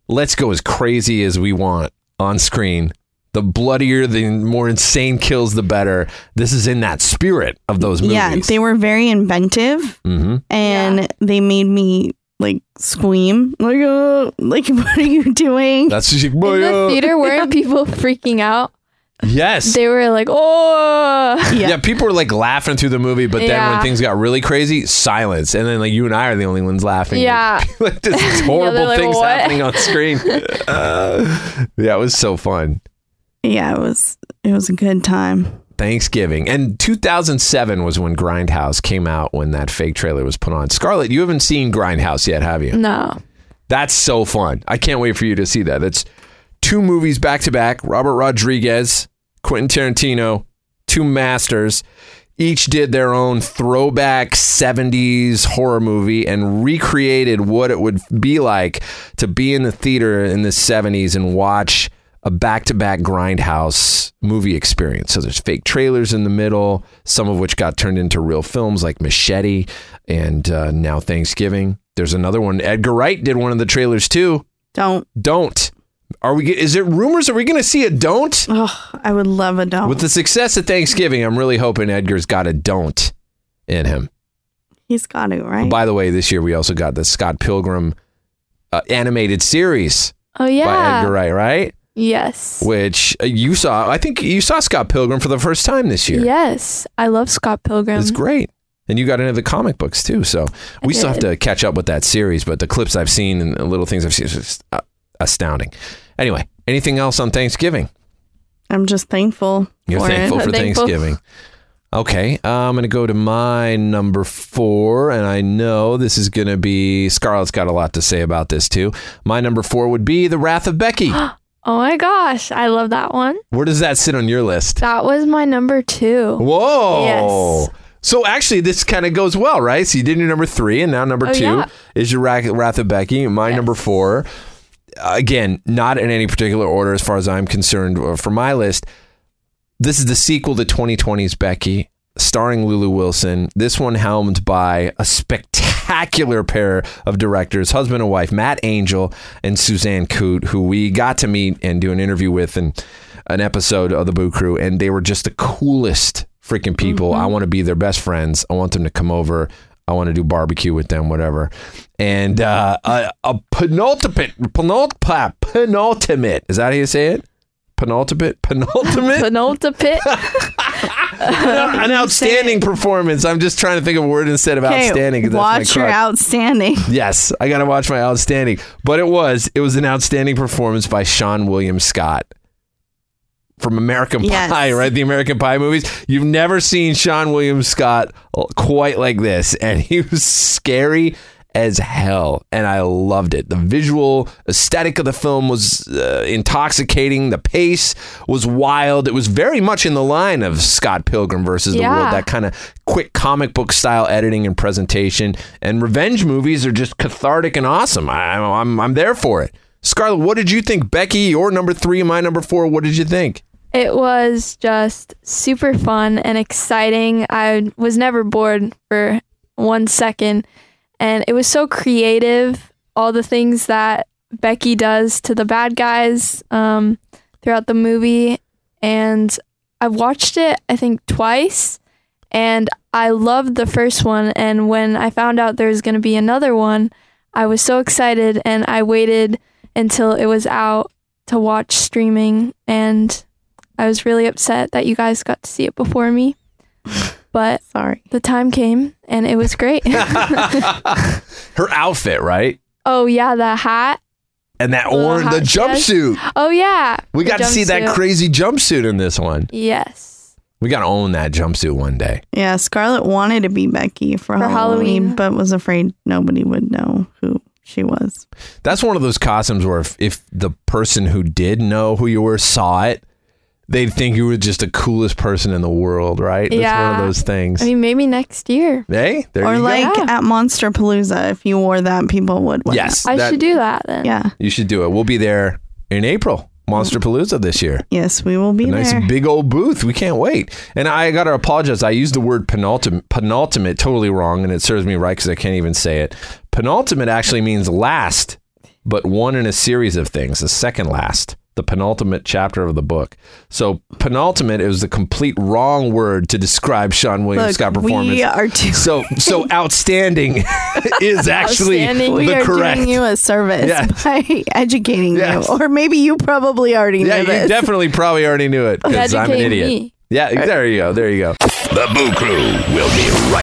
let's go as crazy as we want on screen. The bloodier, the more insane kills, the better. This is in that spirit of those movies. Yeah, they were very inventive hmm and they made me like scream. Like, uh, like what are you doing? That's just like, In the "Boy, uh," theater, weren't people freaking out? yes. They were like, oh. yeah. people were like laughing through the movie, but then when Yeah. things got really crazy, silence. And then like you and I are the only ones laughing. Yeah. like this is horrible like, things "What?" happening on screen. Uh, yeah, it was so fun. yeah, it was it was a good time. Thanksgiving. And 2007 was when Grindhouse came out when that fake trailer was put on. Scarlett, you haven't seen Grindhouse yet, have you? No. That's so fun. I can't wait for you to see that. That's two movies back to back Robert Rodriguez, Quentin Tarantino, two masters. Each did their own throwback 70s horror movie and recreated what it would be like to be in the theater in the 70s and watch a back to back grindhouse movie experience. So there's fake trailers in the middle, some of which got turned into real films like Machete and uh, now Thanksgiving. There's another one. Edgar Wright did one of the trailers too. Don't. Don't. Are we? Is it rumors? Are we going to see a don't? Oh, I would love a don't. With the success of Thanksgiving, I'm really hoping Edgar's got a don't in him. He's got to, right? By the way, this year we also got the Scott Pilgrim uh, animated series Oh, by yeah. Edgar Wright, right? Yes. Which uh, you saw. I think you saw Scott Pilgrim for the first time this year. Yes. I love Scott Pilgrim. It's great. And you got into the comic books too. So we still have did. to catch up with that series, but the clips I've seen and the little things I've seen is just uh, astounding. Anyway, anything else on Thanksgiving? I'm just thankful You're for thankful it. for Thankful. Thanksgiving. Okay, uh, I'm going to go to my number four, and I know this is going to be Scarlett's got a lot to say about this too. My number four would be The Wrath of Becky. Oh, my gosh. I love that one. Where does that sit on your list? That was my number two. Whoa! Yes. So actually, this kind of goes well, right? So you did your number three, and now number Oh, two yeah. is your Ra- Wrath of Becky. My number four, again, not in any particular order as far as I'm concerned uh, for my list. This is the sequel to 2020's Becky, starring Lulu Wilson. This one helmed by a spectacular pair of directors, husband and wife, Matt Angel and Suzanne Coote, who we got to meet and do an interview with in an episode of the Boo Crew, and they were just the coolest freaking people. I want to be their best friends. I want them to come over. I want to do barbecue with them, whatever. And uh, a, a penultimate, penultimate, penultimate. Is that how you say it? Penultimate, penultimate. Penultimate. an outstanding performance. I'm just trying to think of a word instead of Okay, outstanding. 'cause that's my watch your crutch. outstanding. Yes, I gotta watch my outstanding. But it was it was an outstanding performance by Sean William Scott from American Yes. Pie, right? The American Pie movies. You've never seen Sean William Scott quite like this, and he was scary as hell, and I loved it. The visual aesthetic of the film was uh, intoxicating. The pace was wild. It was very much in the line of Scott Pilgrim versus the Yeah. World. That kind of quick comic book style editing and presentation. And revenge movies are just cathartic and awesome. I, I'm, I'm I'm there for it. Scarlett, what did you think? Becky, your number three, my number four. What did you think? It was just super fun and exciting. I was never bored for one second. And it was so creative. All the things that Becky does to the bad guys um, throughout the movie. And I've watched it, I think, twice. And I loved the first one. And when I found out there was going to be another one, I was so excited. And I waited until it was out to watch streaming. And I was really upset that you guys got to see it before me, but Sorry. the time came and it was great. Her outfit, right? oh yeah, the hat. And that The orange, the hot dress. jumpsuit. Oh yeah. We the got to see that jumpsuit. crazy jumpsuit in this one. Yes. We got to own that jumpsuit one day. Yeah, Scarlett wanted to be Becky for, For Halloween, Halloween. but was afraid nobody would know who she was. That's one of those costumes where if, if the person who did know who you were saw it, they'd think you were just the coolest person in the world, right? That's one Yeah. of those things. I mean, maybe next year. hey, there or you go. like Yeah. at Monster Palooza, if you wore that, people would. win. Yes. I that- should do that then. Yeah. You should do it. We'll be there in April, Monster Mm. Palooza this year. Yes, we will be A nice there. big old booth. We can't wait. And I got to apologize. I used the word penultimate, penultimate totally wrong, and it serves me right because I can't even say it. Penultimate actually means last, but one in a series of things, the second last, the penultimate chapter of the book. So penultimate is the complete wrong word to describe Sean William Look, Scott performance. we are too. so so outstanding is actually Outstanding. we the are correct. doing you a service Yeah. by educating Yes. you, or maybe you probably already yeah, knew you this. definitely probably already knew it because I'm an Educate idiot. me. Yeah, there you go. There you go. The Boo Crew will be right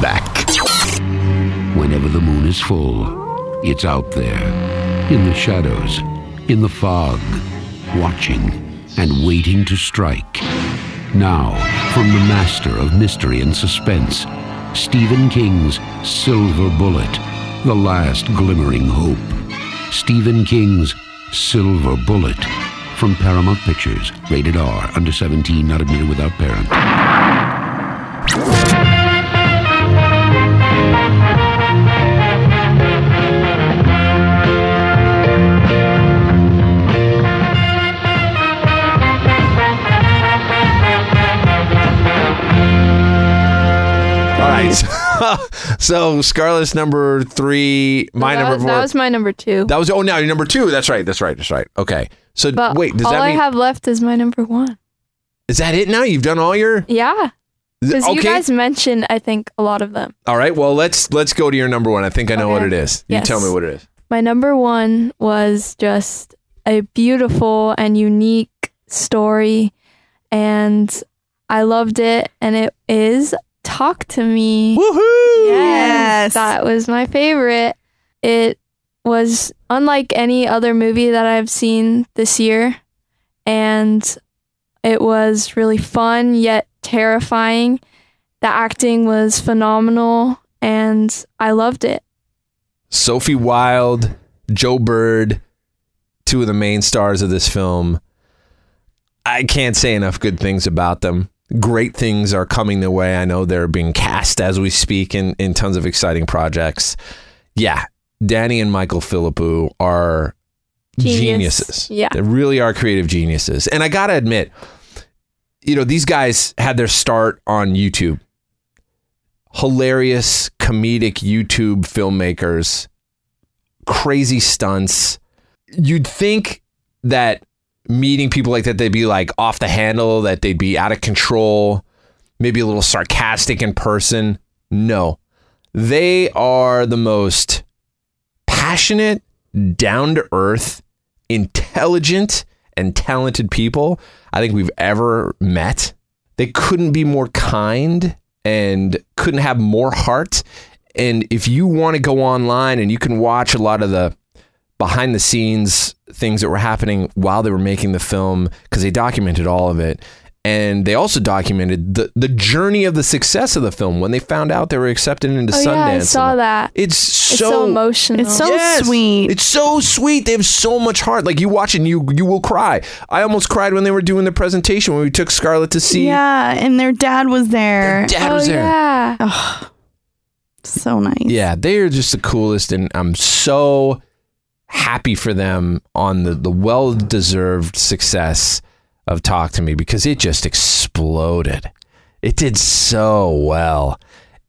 back. Whenever the moon is full, it's out there, in the shadows, in the fog, watching and waiting to strike. Now, from the master of mystery and suspense, Stephen King's Silver Bullet, The Last Glimmering Hope. Stephen King's Silver Bullet. From Paramount Pictures, rated R, under 17, not admitted without parent. All right. So, so Scarlett's number three, my that, number four. That was my number two. That was- oh now you're number two. That's right. That's right. That's right. Okay. So but wait, does all that I mean have left is my number one. is that it now? You've done all your Yeah, because okay. you guys mentioned I think a lot of them. all right. Well, let's let's go to your number one. I think I know what it Okay. is. You Yes. tell me what it is. My number one was just a beautiful and unique story, and I loved it. And it is Talk to Me. Woohoo! Yes. That was my favorite. It was unlike any other movie that I've seen this year, and It was really fun yet terrifying. The acting was phenomenal and I loved it. Sophie Wilde, Joe Bird, two of the main stars of this film. I can't say enough good things about them. Great things are coming their way. I know they're being cast as we speak in, in tons of exciting projects. Yeah, Danny and Michael Philippou are Genius. geniuses. Yeah. They really are creative geniuses. And I got to admit, you know, these guys had their start on YouTube. Hilarious, comedic YouTube filmmakers, crazy stunts. You'd think that meeting people like that, they'd be like off the handle, that they'd be out of control, maybe a little sarcastic in person. No, they are the most passionate, down to earth, intelligent, and talented people I think we've ever met. They couldn't be more kind and couldn't have more heart. And if you want to go online and you can watch a lot of the behind the scenes things that were happening while they were making the film, because they documented all of it. And they also documented the, the journey of the success of the film when they found out they were accepted into Oh, Sundance. yeah, I and saw all. that. It's It's so, so emotional. It's so sweet. it's so sweet. They have so much heart. Like you watch and you you will cry. I almost cried when they were doing the presentation when we took Scarlett to see. yeah, and their dad was there. Dad oh, was there. yeah. so nice. Yeah, they are just the coolest, and I'm so happy for them on the the well deserved success of Talk to Me because it just exploded. It did so well,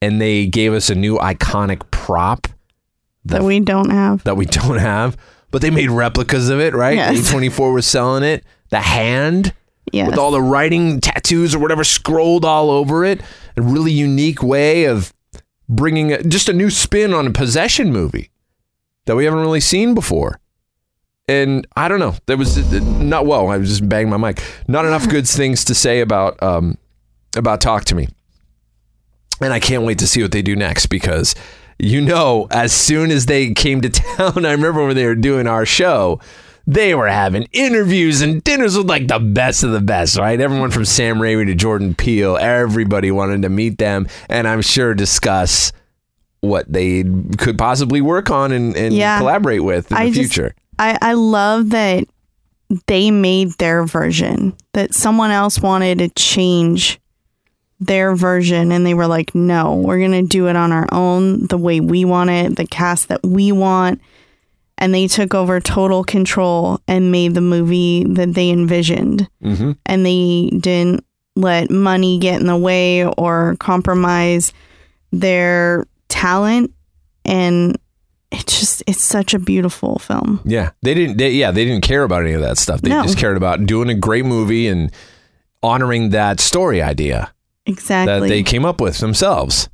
and they gave us a new iconic prop. that we don't have. that we don't have, but they made replicas of it, right? Yes. A24 was selling it. The hand Yes. with all the writing, tattoos, or whatever scrolled all over it. A really unique way of bringing a, just a new spin on a possession movie that we haven't really seen before. And I don't know. There was not well. I was just banging my mic. Not enough good things to say about um, about Talk to Me. And I can't wait to see what they do next because you know, as soon as they came to town, I remember when they were doing our show, they were having interviews and dinners with like the best of the best, right? Everyone from Sam Raimi to Jordan Peele, everybody wanted to meet them and I'm sure discuss what they could possibly work on and, and Yeah. collaborate with in I the just- future. I, I love that they made their version, that someone else wanted to change their version, and they were like, no, we're going to do it on our own, the way we want it, the cast that we want. And they took over total control and made the movie that they envisioned. mm-hmm. and they didn't let money get in the way or compromise their talent and it just it's such a beautiful film Yeah, they didn't. They, yeah, they didn't care about any of that stuff. They No. just cared about doing a great movie and honoring that story idea that exactly they came up with themselves.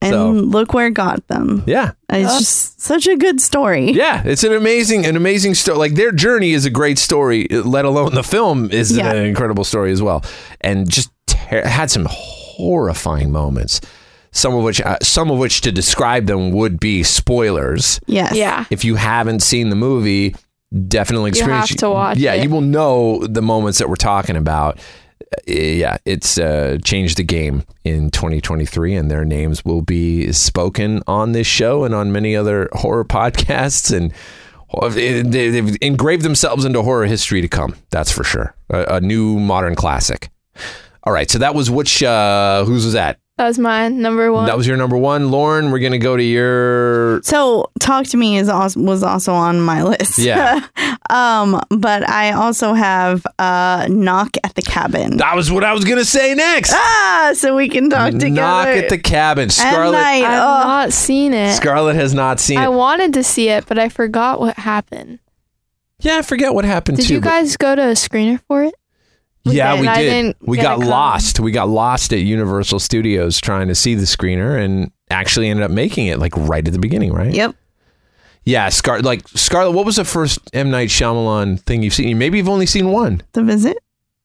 and so- look where it got them Yeah, it's just such a good story yeah. It's an amazing, an amazing story. Like their journey is a great story. Let alone the film is Yeah. an incredible story as well, and just ter- had some horrifying moments. Some of which, uh, some of which, to describe them would be spoilers. yes Yeah. if you haven't seen the movie, definitely You have experience. to watch Yeah, it. you will know the moments that we're talking about. Uh, Yeah, it's uh, changed the game in 2023, and their names will be spoken on this show and on many other horror podcasts. And hor- they- they've engraved themselves into horror history to come. That's for sure. A, a new modern classic. All right, so that was which? Uh, whose was that? That was mine, number one. That was your number one, Lauren. We're gonna go to your so talk to me is also, was also on my list Yeah. um but i also have uh knock at the cabin That was what I was gonna say next. ah so we can talk together Knock at the cabin. At Scarlet night. I've oh. not seen it. Scarlet has not seen I it. wanted to see it, but I forgot what happened. Yeah, I forget what happened Did too. you but- guys go to a screener for it? yeah, did, we and I did. didn't We get got a lost. We got lost at Universal Studios trying to see the screener and actually ended up making it like right at the beginning, right? yep Yeah, Scar like Scarlet, what was the first M Night Shyamalan thing you've seen? Maybe you've only seen one. the visit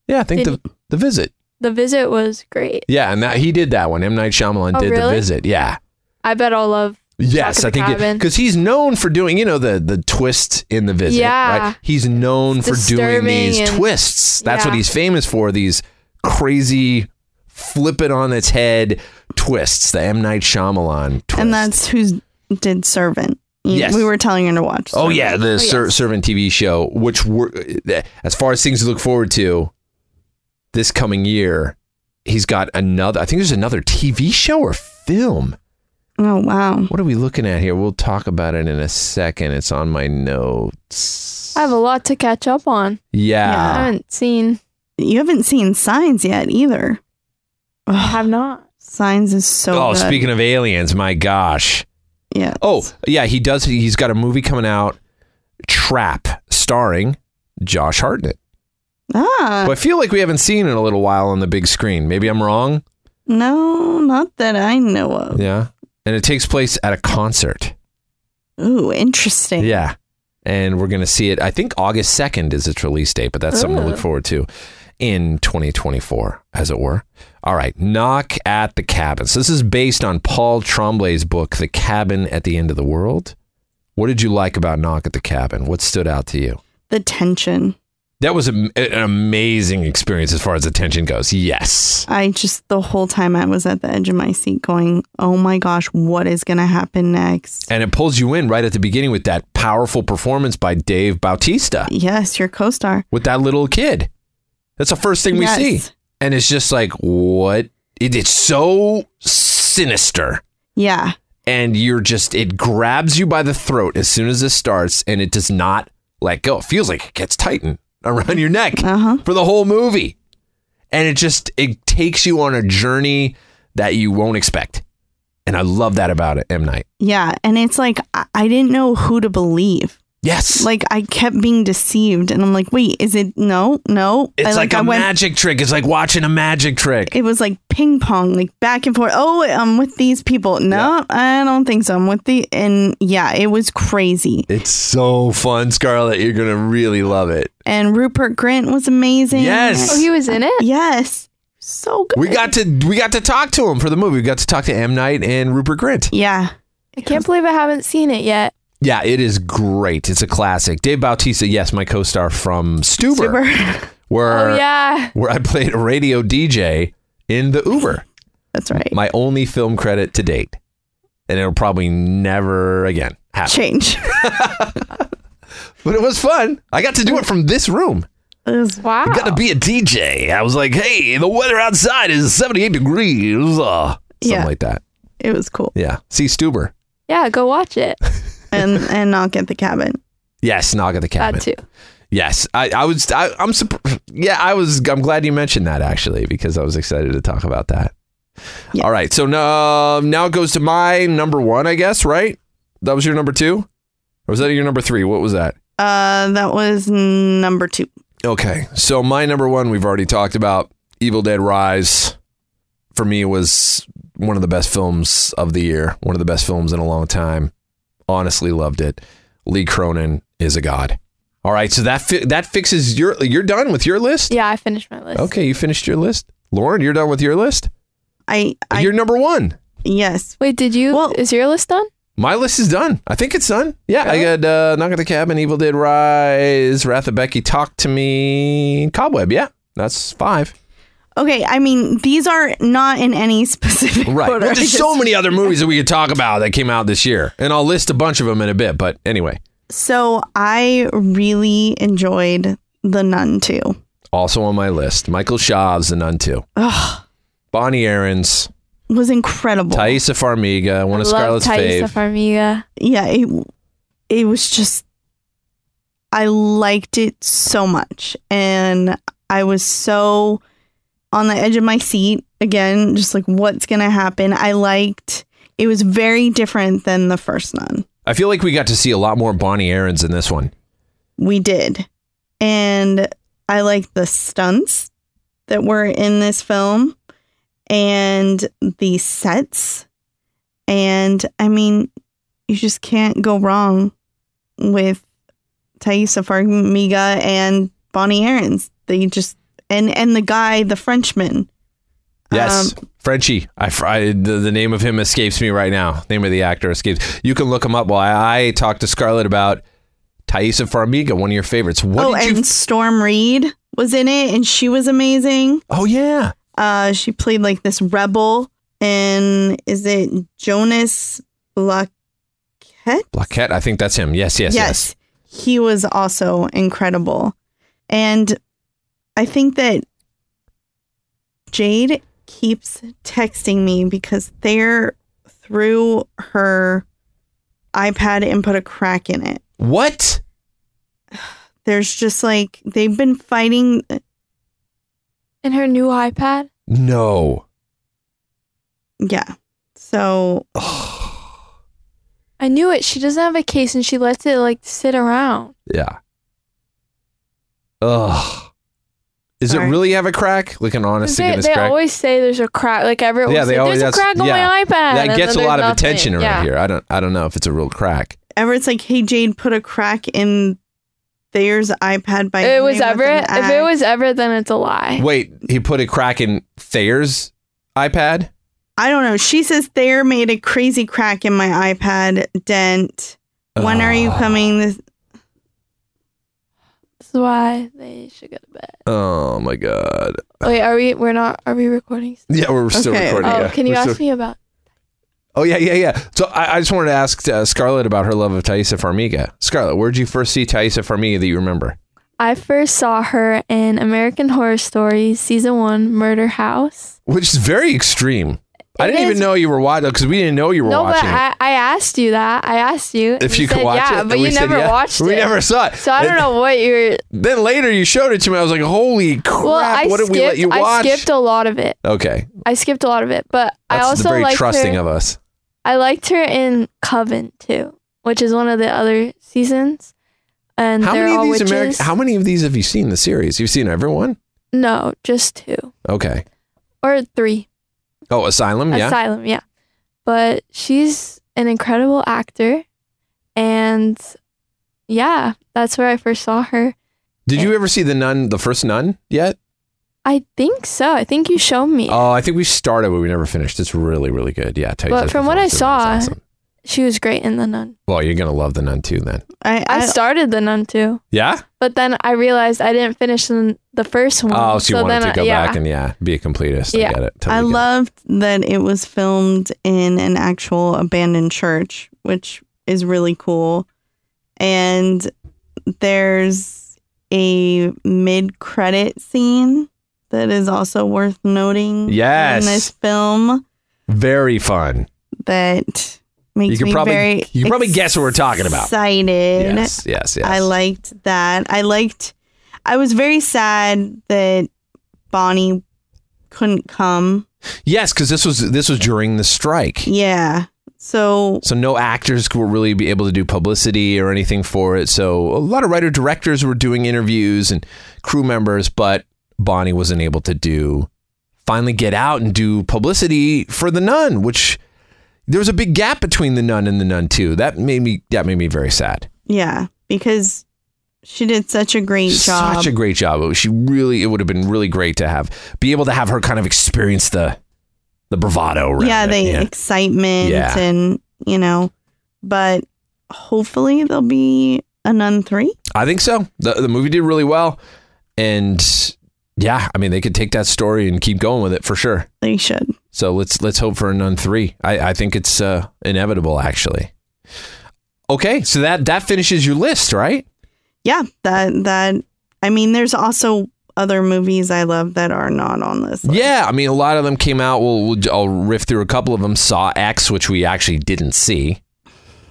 Yeah, I think Did- the the visit. The visit was great. Yeah, and that he did that one. M Night Shyamalan Oh, did the really? visit. Yeah. I bet I'll love Yes, I Back of the think cabin. because he's known for doing, you know, the the twist in the visit. Yeah. right? he's known for doing Disturbing these and- twists. That's what Yeah. he's famous for. These crazy, flip it on its head twists. The M Night Shyamalan twist. And that's who's did Servant. You- Yes. We were telling her to watch. oh yeah, the yes. ser- Servant TV show, which were eh, as far as things to look forward to this coming year. He's got another. I think there's another TV show or film. Oh wow. What are we looking at here? We'll talk about it in a second. It's on my notes. I have a lot to catch up on. I Yeah. haven't seen. You haven't seen Signs yet either. I have not. Signs is so. oh, good. speaking of aliens, my gosh. Yes. Oh, yeah, he does. He's got a movie coming out, Trap, starring Josh Hartnett. Ah. Who I feel like we haven't seen in a little while on the big screen. Maybe I'm wrong. No, not that I know of. Yeah. And it takes place at a concert. Ooh, interesting. Yeah. And we're going to see it. I think August 2nd is its release date, but that's something to look forward to in 2024, as it were. All right. Knock at the Cabin. So this is based on Paul Tremblay's book, The Cabin at the End of the World. What did you like about Knock at the Cabin? What stood out to you? The tension. That was am- an amazing experience as far as attention goes. Yes. I just the whole time I was at the edge of my seat, going, "Oh my gosh, what is going to happen next?" And it pulls you in right at the beginning with that powerful performance by Dave Bautista Yes, your co-star. with that little kid. That's the first thing we Yes. see. and it's just like what it, it's so sinister Yeah, and you're just it grabs you by the throat as soon as this starts and it does not let go it feels like it gets tightened around your neck Uh-huh. for the whole movie and it just it takes you on a journey that you won't expect and i love that about it m night yeah. And it's like I, I didn't know who to believe. yes Like I kept being deceived, and I'm like, "Wait, is it no, no?" it's I, like, a I went. magic trick it's like watching a magic trick It was like ping pong, like back and forth. Oh, I'm with these people. No, I don't think so. I'm with the and yeah, it was crazy. it's so fun scarlett you're gonna really love it And Rupert Grint was amazing. Yes. Oh, he was in it. Yes. So good. We got to we got to talk to him for the movie. We got to talk to M Night and Rupert Grint. Yeah. I can't believe I haven't seen it yet. Yeah, it is great. It's a classic. Dave Bautista, yes, my co-star from Stuber, Super. where Oh yeah. where I played a radio DJ in the Uber. That's right. My only film credit to date, and it'll probably never again happen. Change. But it was fun. I got to do it from this room. It was- Wow. I got to be a DJ. I was like, hey, the weather outside is seventy eight degrees, uh, something Yeah. like that. it was cool. Yeah. See Stuber. yeah, go watch it. And and knock at the cabin. Yes, Nog at the cabin. That too. Yes, I, I was. I, I'm. surp- Yeah, I was. I'm glad you mentioned that actually because I was excited to talk about that. Yeah. All right, so now now it goes to my number one, I guess. Right? That was your number two, or was that your number three? What was that? Uh that was number two. Okay, so my number one we've already talked about. Evil Dead Rise for me was one of the best films of the year. One of the best films in a long time. Honestly, loved it. Lee Cronin is a god. All right, so that fi- that fixes your. You're done with your list. Yeah, I finished my list. Okay, you finished your list. Lauren, you're done with your list? I, I you're number one. yes. Wait, did you? Well- is your list done? My list is done. I think it's done. Yeah, I got uh, Knock at the Cabin, Evil Dead Rise, Wrath of Becky, Talk to Me, Cobweb. Yeah, that's five. Okay, I mean these are not in any specific Right. order. Well, there's so Just- many other movies that we could talk about that came out this year, and I'll list a bunch of them in a bit. But anyway, So I really enjoyed The Nun too. also on my list, Michael Shav's The Nun Two, Ugh. Bonnie Aaron's, Was incredible. Thaisa Farmiga, one I of love Scarlett's Thaisa fave. Farmiga. yeah, it it was just I liked it so much and I was so on the edge of my seat again, just like what's going to happen. I liked it was very different than the first nun. I feel like we got to see a lot more Bonnie Aaron's in this one. We did. And I liked the stunts that were in this film and the sets. And I mean, you just can't go wrong with Thaisa Farmiga and Bonnie Aarons. They just and and the guy, the Frenchman. Yes, Um, Frenchie. I, fr- I the, the name of him escapes me right now. Name of the actor escapes. You can look him up. While I, I talked to Scarlett about Thaisa Farmiga, one of your favorites. What oh, did you? and Storm Reed was in it, and she was amazing. oh yeah, Uh, she played like this rebel, and is it Jonas Blockett? Blockhead. I think that's him. Yes, yes, yes. He was also incredible. And I think that Jade keeps texting me because Thayer threw her iPad and put a crack in it. What? There's just like, they've been fighting. uh, And her new iPad? No. Yeah. So I knew it. She doesn't have a case and she lets it like sit around. Yeah. Ugh. Is it Sorry. really have a crack? Like an honest to They, goodness they crack. always say there's a crack. Like everyone Yeah, yeah, they always- there's a that's- crack on yeah. my iPad. and that then gets a lot of there's nothing. attention around Yeah. here. I don't. I don't know if it's a real crack. Everett's like, hey, Jade, put a crack in Thayer's iPad by. It was hitting with an Everett. If it axe." was Everett, then it's a lie. Wait, he put a crack in Thayer's iPad. I don't know. She says Thayer made a crazy crack in my iPad dent. When are you Ugh. coming? This- This is why they should go to bed. Oh my god. Wait, are we? We're not. Are we recording? Yeah, we're still Okay, recording. Oh, yeah. can you We're ask still- me about? Oh yeah, yeah, yeah. So I, I just wanted to ask uh, Scarlett about her love of Thaisa Farmiga. Scarlett, where'd you first see Thaisa Farmiga that you remember? I first saw her in American Horror Story season one, Murder House. Which is very extreme. I It didn't even is- know you were watching because we didn't know you were No, watching. but it. I, I asked you that. I asked you and if you could said, watch yeah, it, but and we you said never yeah. watched We it. never saw it. So I don't And know what you're. Then later you showed it to me. I was like, "Holy crap! Well, I what skipped. did we let you watch?" I skipped a lot of it. okay, I skipped a lot of it, but I that's also the very liked trusting her. of us. I liked her in Coven too, which is one of the other seasons. And How they're many of all these witches. American? How many of these have you seen the series? You've seen everyone. No, just two Okay. or three. Oh, Asylum. Yeah. Asylum, yeah. But she's an incredible actor. And yeah, that's where I first saw her. Did you ever see the Nun, the first Nun yet? I think so. I think you showed me. Oh, I think we started, but we never finished. It's really, really good. Yeah. Tell you But this from what performance I is always saw- awesome. she was great in The Nun. well, you're gonna love the Nun too, then. I, I, I started The Nun too. Yeah. But then I realized I didn't finish the the first one. Oh, so you wanted then to go I, yeah. back and yeah, be a completist. I Yeah. get it. Totally I get it. loved that it was filmed in an actual abandoned church, which is really cool. And there's a mid credit scene that is also worth noting Yes. in this film Very fun. that makes You can me probably- very you can probably guess what we're talking about. Excited. Yes. Yes. Yes. I liked that. I liked. I was very sad that Bonnie couldn't come. Yes, because this was this was during the strike, Yeah. So so no actors were really be able to do publicity or anything for it. So a lot of writer directors were doing interviews and crew members, but Bonnie wasn't able to do finally get out and do publicity for the Nun, which there was a big gap between the Nun and the Nun too. That made me that made me very sad. yeah, because she did such a great job. Such a great job. It was- She really it would have been really great to have be able to have her kind of experience the the bravado. around yeah, it. the excitement Yeah. and you know, but hopefully there'll be a nun three. I think so. The the movie did really well. And yeah, I mean they could take that story and keep going with it for sure. They should. So let's let's hope for a nun three. I, I think it's uh, inevitable actually. Okay, so that that finishes your list, right? Yeah. That that. I mean, there's also other movies I love that are not on this. list. Yeah, I mean a lot of them came out. We'll, we'll I'll riff through a couple of them. Saw X, which we actually didn't see.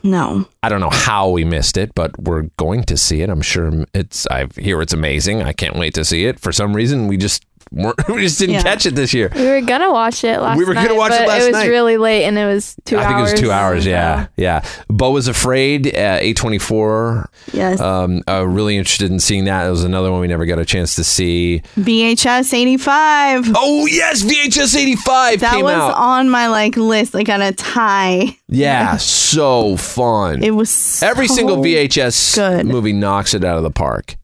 No. I don't know how we missed it, but we're going to see it. I'm sure it's. I hear it's amazing. I can't wait to see it. For some reason, we just weren't, we just didn't Yeah. catch it this year. We were gonna watch it last. We were gonna night, watch it but last It was night. really late, and it was two. I hours. think it was two hours. Yeah, yeah. Bo was afraid. Uh, Eight twenty four. Yes. Um, uh, really interested in seeing that. It was another one we never got a chance to see. VHS 85. Oh yes, VHS eighty five that came was out. on my like list, like on a tie. yeah, so fun. It was so Every single VHS good. movie knocks it out of the park.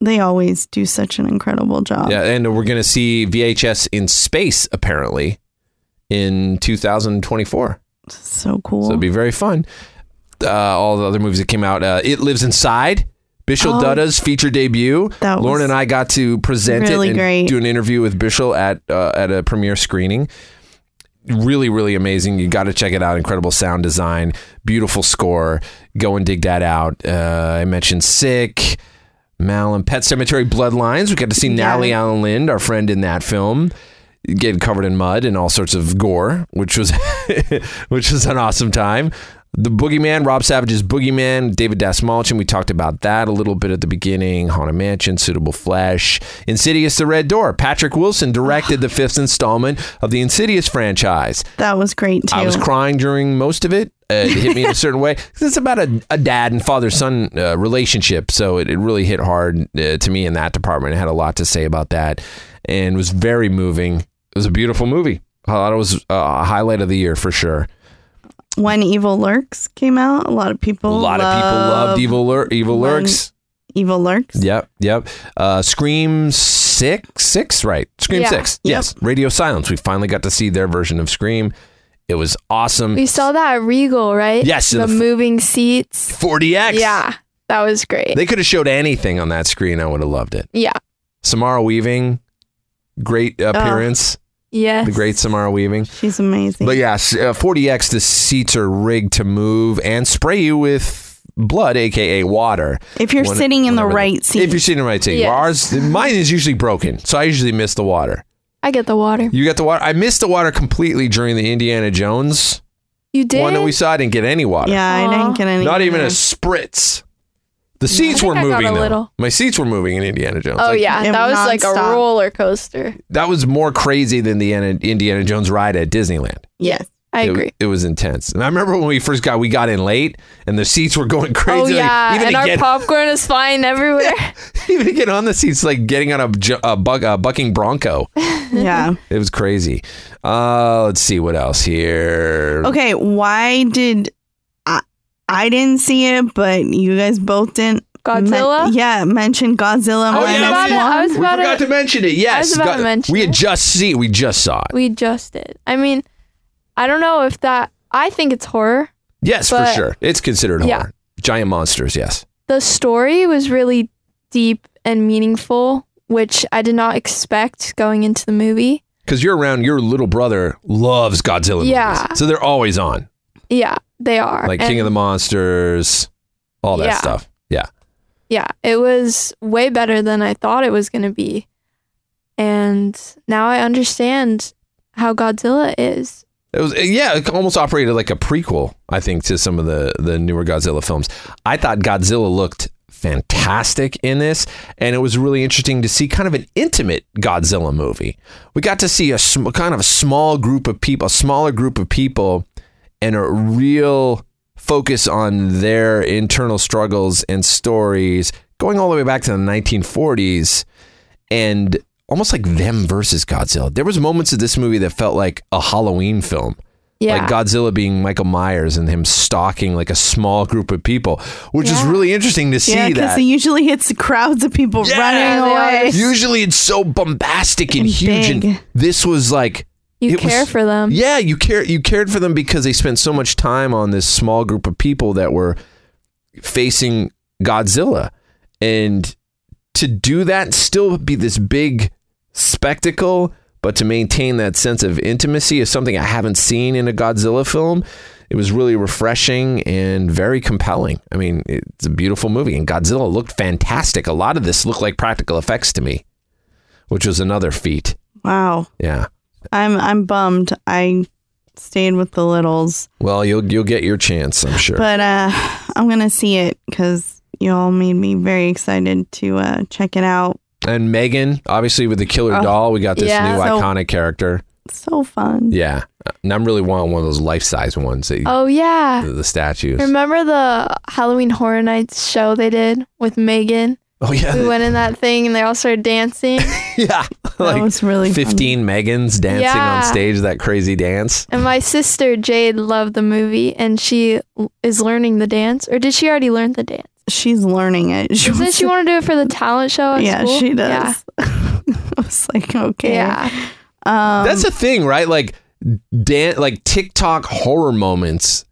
They always do such an incredible job. Yeah, and we're going to see VHS in space apparently in 2024. So cool. So it'll be very fun. Uh, all the other movies that came out, uh, It Lives Inside, Bishal Oh. Dutta's feature debut. That was Lauren and I got to present really it and great. do an interview with Bishal at uh, at a premiere screening. Really, really amazing. You got to check it out. Incredible sound design, beautiful score. Go and dig that out. Uh, I mentioned Sick, Mal and Pet Cemetery Bloodlines. We got to see Yeah. Natalie Allen Lind, our friend in that film, get covered in mud and all sorts of gore, which was which was an awesome time. The Boogeyman, Rob Savage's Boogeyman, David Dasmalchin. We talked about that a little bit at the beginning. Haunted Mansion, Suitable Flesh, Insidious: The Red Door. Patrick Wilson directed the fifth installment of the Insidious franchise. that was great too. I was crying during most of it. Uh, it hit me in a certain way. 'Cause It's about a, a dad and father son uh, relationship. So it, it really hit hard uh, to me in that department. I had a lot to say about that and was very moving. It was a beautiful movie. I thought it was uh, a highlight of the year for sure. when Evil Lurks came out, a lot of A people lot of people loved Evil, Lur- Evil when- Lurks. Evil Lurks. Yep, yep. Uh, Scream six, six, right? Scream Yeah. six. Yes. Radio Silence. We finally got to see their version of Scream. It was awesome. We saw that at Regal, right? Mm. Yes, in The, the f- moving seats. 40x. Yeah. That was great. They could have showed anything on that screen. I would have loved it. yeah. Samara Weaving, great Oh. appearance. Yes. The great Samara Weaving. She's amazing. But yes, uh, 40X, the seats are rigged to move and spray you with blood, aka water. if you're When- sitting in the whenever they- right seat, If you're sitting in the right seat. Yes. Ours, mine is usually broken, so I usually miss the water. I get the water. You got the water. I missed the water completely during the Indiana Jones You did? one that we saw. I didn't get any water. yeah, I Aw. didn't get any. Not even a spritz. The seats think were I got moving a though. little. My seats were moving in Indiana Jones. Oh Like, yeah, It that was like a nonstop. roller coaster. that was more crazy than the Anna- Indiana Jones ride at Disneyland. Yes. I it, agree. It was intense, and I remember when we first got we got in late, and the seats were going crazy. Oh Like, yeah, even and to our get popcorn is flying everywhere. even to get on the seats, like getting on a, ju- a, buck, a bucking bronco. Yeah. It was crazy. Uh, let's see what else here. Okay. Why did I? I didn't see it, but you guys both didn't. men- Godzilla? yeah, mention Godzilla. Oh, I was minus about to- I one. was we about forgot to- to mention it. Yes, about to got- mention we had it. just see we just saw it. we just did. I mean, I don't know if that. I think it's horror. Yes, for but- sure. It's considered Yeah. horror. Giant monsters. Yes. The story was really deep and meaningful, which I did not expect going into the movie. Because you're around, your little brother loves Godzilla Yeah. movies. So they're always on, Yeah, they are. like King of the And, Monsters, all that Yeah. stuff. Yeah. Yeah, it was way better than I thought it was going to be. And now I understand how Godzilla is. It was yeah, it almost operated like a prequel, I think, to some of the the newer Godzilla films. I thought Godzilla looked fantastic in this, and it was really interesting to see kind of an intimate Godzilla movie. We got to see a sm- kind of a small group of people, a smaller group of people, and a real focus on their internal struggles and stories, going all the way back to the 1940s and almost like them versus Godzilla. There was moments of this movie that felt like a Halloween film. Yeah. Like Godzilla being Michael Myers and him stalking like a small group of people, which is Yeah. really interesting to see Yeah, that. because it usually hits crowds of people Yeah. running Yeah, they away. Usually it's so bombastic and, And huge and big. this was like You It care was- for them. yeah, you care you cared for them because they spent so much time on this small group of people that were facing Godzilla. And to do that and still be this big spectacle, but to maintain that sense of intimacy is something I haven't seen in a Godzilla film. It was really refreshing and very compelling. I mean, it's a beautiful movie, and Godzilla looked fantastic. A lot of this looked like practical effects to me, which was another feat. Wow. Yeah. I'm I'm bummed. I stayed with the littles, Well, you'll you'll get your chance, I'm sure. but uh, I'm gonna see it because y'all made me very excited to uh, check it out. And Megan, obviously with the killer Oh, doll, we got this yeah. new So- iconic character. So fun. Yeah, and I'm really wanting one of those life size ones. That you, Oh yeah. the, the statues. Remember the Halloween Horror Nights show they did with Megan? oh yeah, We went in that thing and they all started dancing. yeah. That was really fun. 15 Megans dancing Yeah. on stage. That crazy dance. And my sister Jade loved the movie and she l- is learning the dance. Or did she already learn the dance? she's learning it. She Doesn't wants she to- want to do it for the talent show? At yeah, school? she does. I was like, Yeah. okay. yeah. Um, Um, That's a thing, right? Like dan- like TikTok horror moments.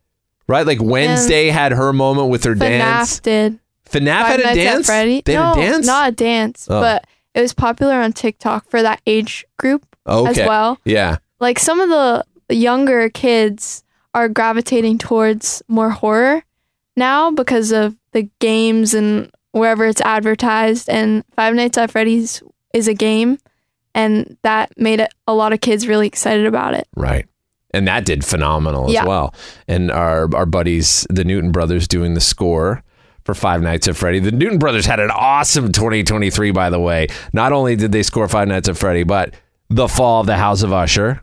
Right? Like Wednesday had her moment with her dance. FNAF did. FNAF Five had a Nights at dance? Freddy. They no, had a dance? not a dance, Oh. but it was popular on TikTok for that age group as Oh, okay. well. Yeah. Like some of the younger kids are gravitating towards more horror now because of the games and wherever it's advertised. And Five Nights at Freddy's is a game, and that made it, a lot of kids really excited about it. Right. And that did phenomenal Yeah. as well. And our our buddies, the Newton brothers, doing the score for Five Nights at Freddy. The Newton brothers had an awesome 2023, by the way. Not only did they score Five Nights at Freddy, but The Fall of the House of Usher,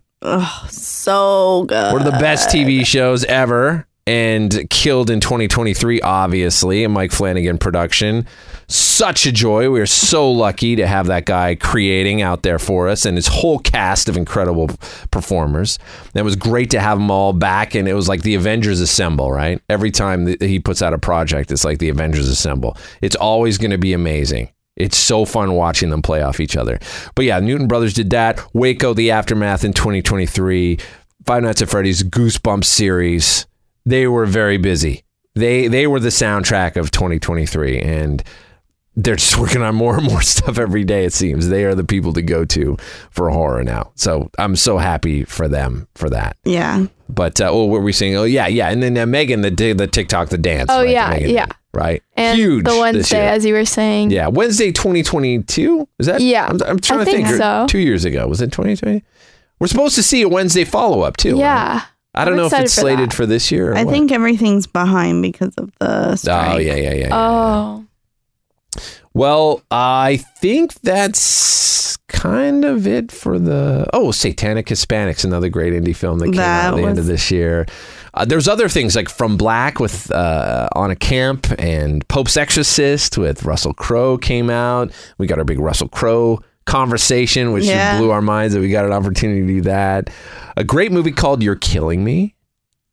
So good. one of the best TV shows ever, and killed in 2023, obviously, in Mike Flanagan production. Such a joy. We are so lucky to have that guy creating out there for us and his whole cast of incredible performers. And it was great to have them all back. And it was like the Avengers Assemble, right? Every time that he puts out a project, it's like the Avengers Assemble. It's always going to be amazing. It's so fun watching them play off each other. But yeah, Newton Brothers did that. Waco, the aftermath in 2023. Five Nights at Freddy's Goosebumps series. They were very busy. They they were the soundtrack of 2023, and they're just working on more and more stuff every day. It seems they are the people to go to for horror now. So I'm so happy for them for that. Yeah. But uh, oh, what were we saying? Oh yeah, yeah. And then uh, Megan the di- the TikTok the dance. Oh, right, that yeah, Megan yeah. did, right. And Huge the this Wednesday, year. as you were saying. Yeah, Wednesday 2022 is that? Yeah, I'm, I'm trying I to think. think so. Two years ago was it 2020? We're supposed to see a Wednesday follow up too. right? Yeah. I don't I'm know if excited it's for slated that. for this year. Or I what. think everything's behind because of the strike. Oh yeah, yeah, yeah. yeah. Uh, Oh. Well, I think that's kind of it for the. Oh, Satanic Hispanics, another great indie film that came out That at the end of was- this year. Uh, there's other things like From Black with uh, on a camp and Pope's Exorcist with Russell Crowe came out. We got our big Russell Crowe conversation, which Yeah. blew our minds that we got an opportunity to do that. A great movie called You're Killing Me.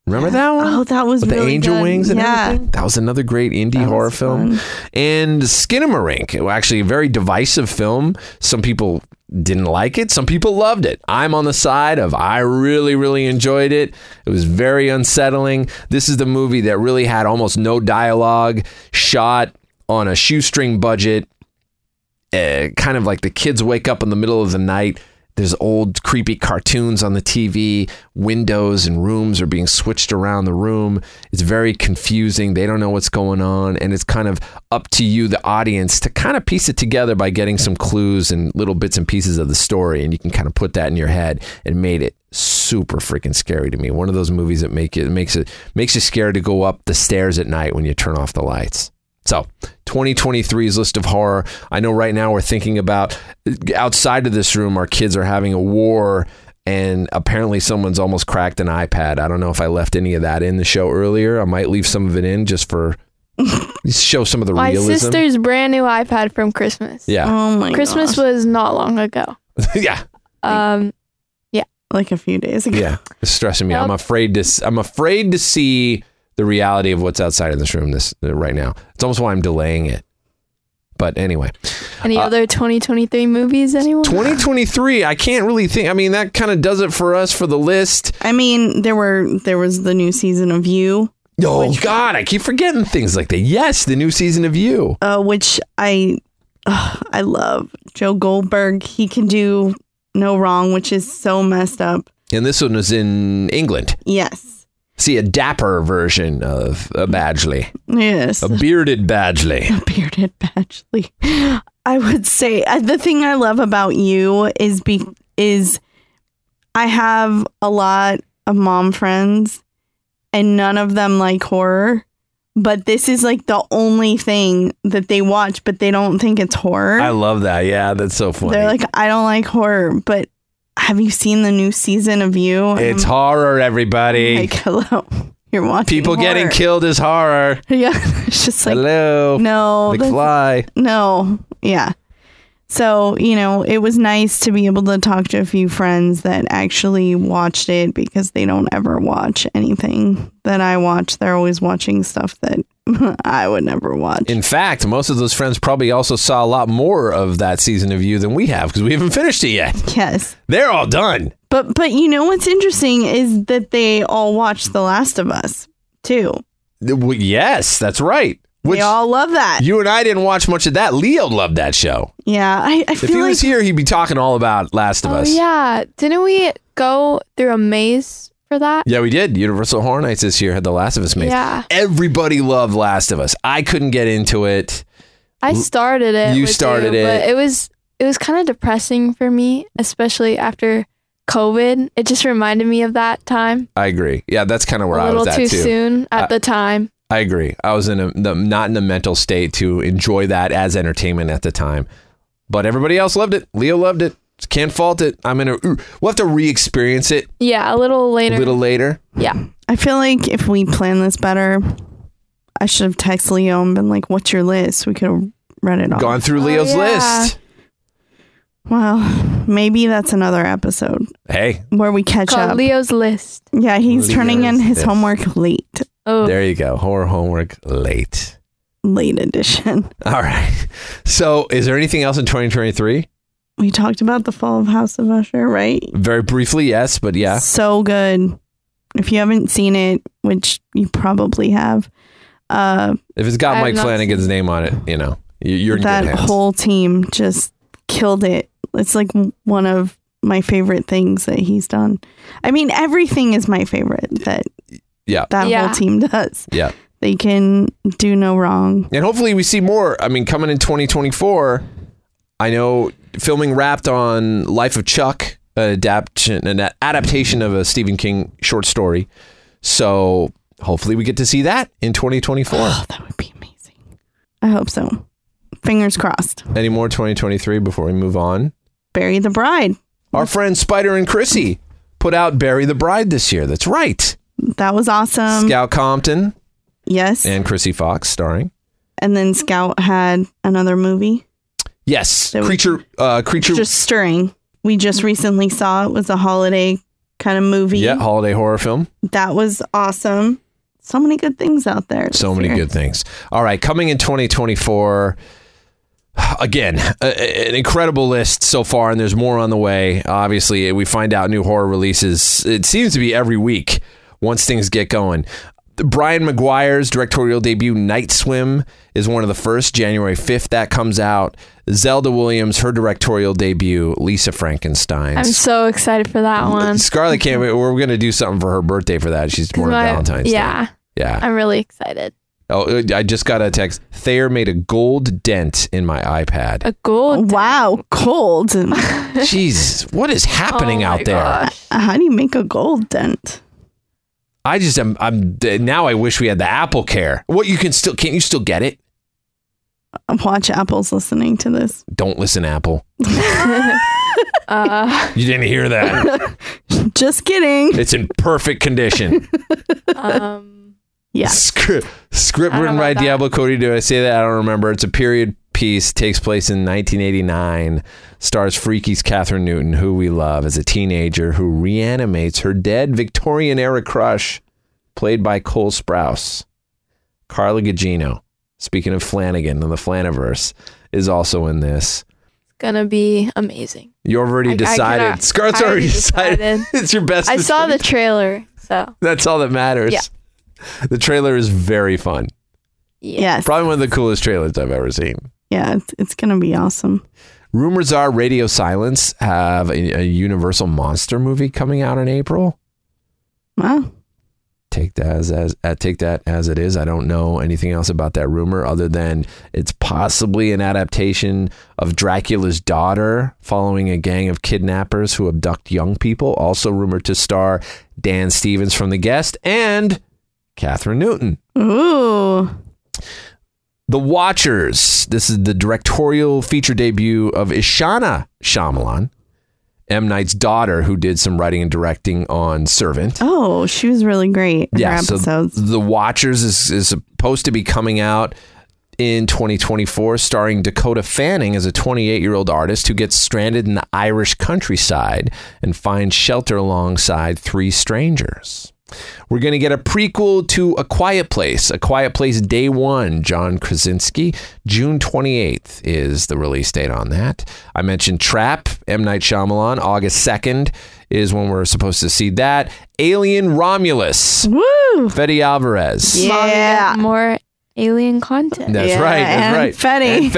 Remember that one? Oh, that was with really the angel good. wings and yeah. everything. That was another great indie That was horror film. fun. And Skinamarink, actually a very divisive film. Some people didn't like it. Some people loved it. I'm on the side of I really, really enjoyed it. It was very unsettling. This is the movie that really had almost no dialogue, shot on a shoestring budget uh, kind of like the kids wake up in the middle of the night. There's old creepy cartoons on the TV. Windows and rooms are being switched around the room. It's very confusing. They don't know what's going on. And it's kind of up to you, the audience, to kind of piece it together by getting some clues and little bits and pieces of the story. And you can kind of put that in your head and made it super freaking scary to me. One of those movies that make it makes it makes you scared to go up the stairs at night when you turn off the lights. So, 2023's list of horror. I know right now we're thinking about outside of this room, our kids are having a war, and apparently someone's almost cracked an iPad. I don't know if I left any of that in the show earlier. I might leave some of it in just for show some of the My realism. sister's brand new iPad from Christmas. yeah, Oh my Christmas gosh. was not long ago. yeah, Um, like a few days ago. yeah. It's stressing me. I'm Yep. afraid to. s- I'm afraid to see the reality of what's outside of this room. This right now. It's almost why I'm delaying it. But anyway. any Uh, other 2023 movies? Anyone? 2023 i can't really think i mean that kind of does it for us for the list I mean, there were there was the new season of You, oh god i keep forgetting things like that yes the new season of you uh, which I ugh, I love. Joe Goldberg, he can do no wrong, which is so messed up. and this one was in england Yes. see a dapper version of a badgley Yes. a bearded badgley bearded Badgley. I would say uh, the thing I love about you is be is I have a lot of mom friends and none of them like horror, but this is like the only thing that they watch but they don't think it's horror. i love that yeah that's so funny They're like I don't like horror, but have you seen the new season of you? And it's I'm horror everybody um, like hello. You're watching people getting horror. killed is horror Yeah. It's just like hello no. that's- mcfly No, yeah. So, you know, it was nice to be able to talk to a few friends that actually watched it because they don't ever watch anything that I watch. They're always watching stuff that I would never watch. In fact, most of those friends probably also saw a lot more of that season of you than we have because we haven't finished it yet. yes. They're all done. But but you know what's interesting is that they all watched The Last of Us too. Well, yes, that's right. Which they all love that. you and I didn't watch much of that. Leo loved that show. yeah, I, I If he feel like was here, he'd be talking all about Last of Oh Us. yeah, didn't we go through a maze for that? Yeah, we did. Universal Horror Nights this year had the Last of Us maze. Yeah. Everybody loved Last of Us. I couldn't get into it. I started it. You with started but it. it was it was kind of depressing for me, especially after COVID. It just reminded me of that time I agree. Yeah, that's kind of where a I little was at too, too. Uh, soon at the time. I agree. I was in a the, not in the mental state to enjoy that as entertainment at the time, but everybody else loved it. Leo loved it. Can't fault it. I'm in a. ooh, We'll have to re-experience it Yeah, a little a later. little later. yeah, I feel like if we plan this better, I should have texted Leo and been like, "What's your list?" We could have read it off. Gone through Oh, Leo's yeah. list. Well, maybe that's another episode Hey, where we catch called up. Leo's list. yeah, he's Leo's turning in his this. homework late, Oh, there you go. Horror homework late. late edition. All right. So, is there anything else in 2023? We talked about the fall of House of Usher, right? Very briefly, yes, but yeah. So good. If you haven't seen it, which you probably have, uh, If it's I got have Mike not Flanagan's name on it, you know, you- you're in that good hands. whole team just killed it. It's like one of my favorite things that he's done. I mean, everything is my favorite that Yeah. that Yeah. whole team does. yeah. They can do no wrong. And hopefully we see more. I mean, coming in 2024, I know filming wrapped on Life of Chuck, an adaptation, an adaptation of a Stephen King short story. So hopefully we get to see that in 2024. Oh, that would be amazing. I hope so. Fingers crossed. Any more 2023 before we move on? Bury the bride. Our friends Spider and Chrissy put out Bury the Bride this year. That's right. That was awesome. Scout Compton yes. and Chrissy Fox starring. and then Scout had another movie. Yes, That was- creature, uh, creature. Just stirring. We just recently saw it was a holiday kind of movie. yeah, holiday horror film. That was awesome. So many good things out there. So this many year. good things. All right, coming in 2024. Again, a- a- an incredible list so far, and there's more on the way. Obviously, we find out new horror releases. It seems to be every week once things get going. Brian McGuire's directorial debut, Night Swim, is one of the first. January 5th, that comes out. Zelda Williams, her directorial debut, Lisa Frankenstein. I'm so excited for that one. Scarlett can't wait. We're going to do something for her birthday for that. She's born on My- Valentine's Day. yeah, Yeah. I'm really excited. Oh, I just got a text. Thayer made a gold dent in my iPad. A gold. Oh, Wow, gold. Jeez, what is happening Oh my out there? gosh. How do you make a gold dent? I just am. I'm now. I wish we had the Apple Care. What you can still can't you still get it? Watch Apple's listening to this. Don't listen, Apple. Uh, You didn't hear that. Just kidding. it's in perfect condition. um, Yeah. Script, script I don't written know by that. Diablo Cody. Did I say that? I don't remember. It's a period piece. Takes place in 1989. Stars Freaky's Catherine Newton, who we love as a teenager who reanimates her dead Victorian era crush, played by Cole Sprouse. Carla Gugino, speaking of Flanagan and the Flaniverse, is also in this. gonna be amazing. You already I- I decided. cannot- Scarlett's I already already decided. decided. it's your best. I saw the decision. trailer, so That's all that matters. Yeah. The trailer is very fun. yeah. Yes. Probably one of the coolest trailers I've ever seen. Yeah, it's, it's going to be awesome. Rumors are Radio Silence have a, a Universal monster movie coming out in April. Wow. Take that as, as uh, take that as it is. I don't know anything else about that rumor other than it's possibly an adaptation of Dracula's daughter, following a gang of kidnappers who abduct young people. Also rumored to star Dan Stevens from The Guest and Catherine Newton. Ooh. The Watchers. This is the directorial feature debut of Ishana Shyamalan, M. Knight's daughter, who did some writing and directing on Servant. Oh, she was really great in her so episodes. The Watchers is, is supposed to be coming out in 2024, starring Dakota Fanning as a 28 year old artist who gets stranded in the Irish countryside and finds shelter alongside three strangers. We're going to get a prequel to A Quiet Place, A Quiet Place Day One, John Krasinski. June 28th is the release date on that. I mentioned Trap, M. Night Shyamalan. August 2nd is when we're supposed to see that. Alien Romulus, Woo! Fede Alvarez. Yeah. More alien content. That's Yeah, right. That's and right. Fetty. And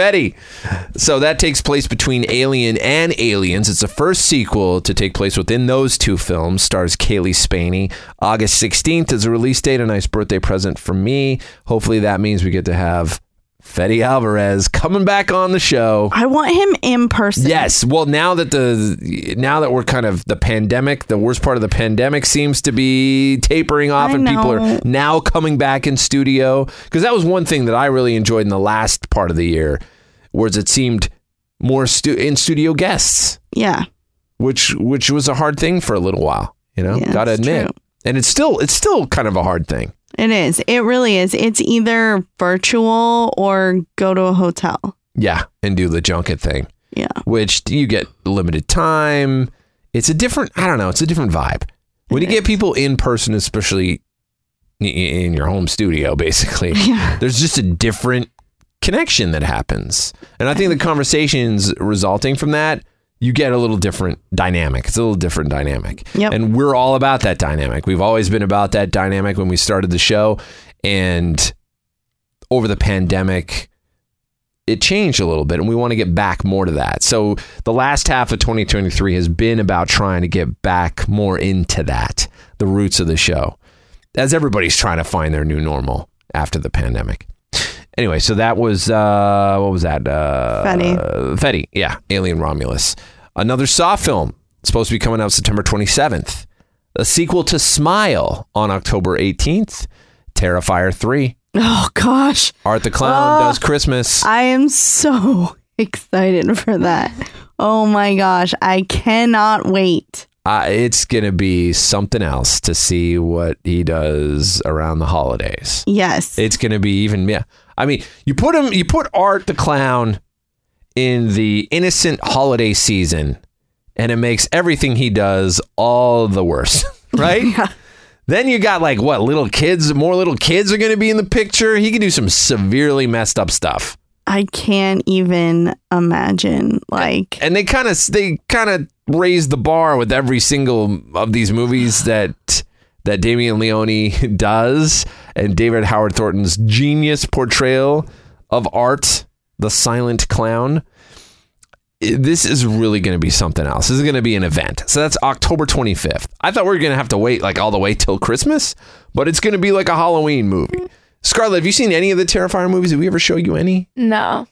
Fetty. So that takes place between Alien and Aliens. It's the first sequel to take place within those two films. Stars Kaylee Spaney. August 16th is a release date. A nice birthday present for me. Hopefully that means we get to have Fetty Alvarez coming back on the show. I want him in person. Yes. Well, now that the now that we're kind of the pandemic, the worst part of the pandemic seems to be tapering off, I and people are know. now coming back in studio because that was one thing that I really enjoyed in the last part of the year, was it seemed more stu- in studio guests, Yeah. which which was a hard thing for a little while. You know, Yeah, gotta it's admit, true. and it's still it's still kind of a hard thing. It is. It really is. It's either virtual or go to a hotel. Yeah, and do the junket thing. Yeah. which you get limited time. It's a different, I don't know, it's a different vibe. When you get people in person, especially i- i- in your home studio, basically, there's just a different connection that happens. And I think the conversations resulting from that, you get a little different dynamic. It's a little different dynamic. Yep. And we're all about that dynamic. We've always been about that dynamic when we started the show. And over the pandemic, it changed a little bit and we want to get back more to that. So the last half of 2023 has been about trying to get back more into that, the roots of the show, as everybody's trying to find their new normal after the pandemic. Anyway, so that was uh what was that? Uh Fetty. Fetty, yeah, Alien Romulus. Another Saw film supposed to be coming out September 27th. A sequel to Smile on October 18th. Terrifier 3. Oh gosh. Art the Clown Oh. does Christmas. I am so excited for that. Oh my gosh. I cannot wait. uh, it's gonna be something else to see what he does around the holidays. Yes. It's gonna be even yeah. I mean, you put him, you put Art the clown in the innocent holiday season, and it makes everything he does all the worse, right? Then you got like what little kids? More little kids are gonna be in the picture. He can do some severely messed up stuff. I can't even imagine. Like, and they kind of they kind of raised the bar with every single of these movies that that Damien Leone does and David Howard Thornton's genius portrayal of art, the silent clown. I- This is really going to be something else. This is going to be an event. So that's October 25th. I thought we were going to have to wait like all the way till Christmas, but it's going to be like a Halloween movie. Scarlett, have you seen any of the Terrifier movies? Did we ever show you any? No.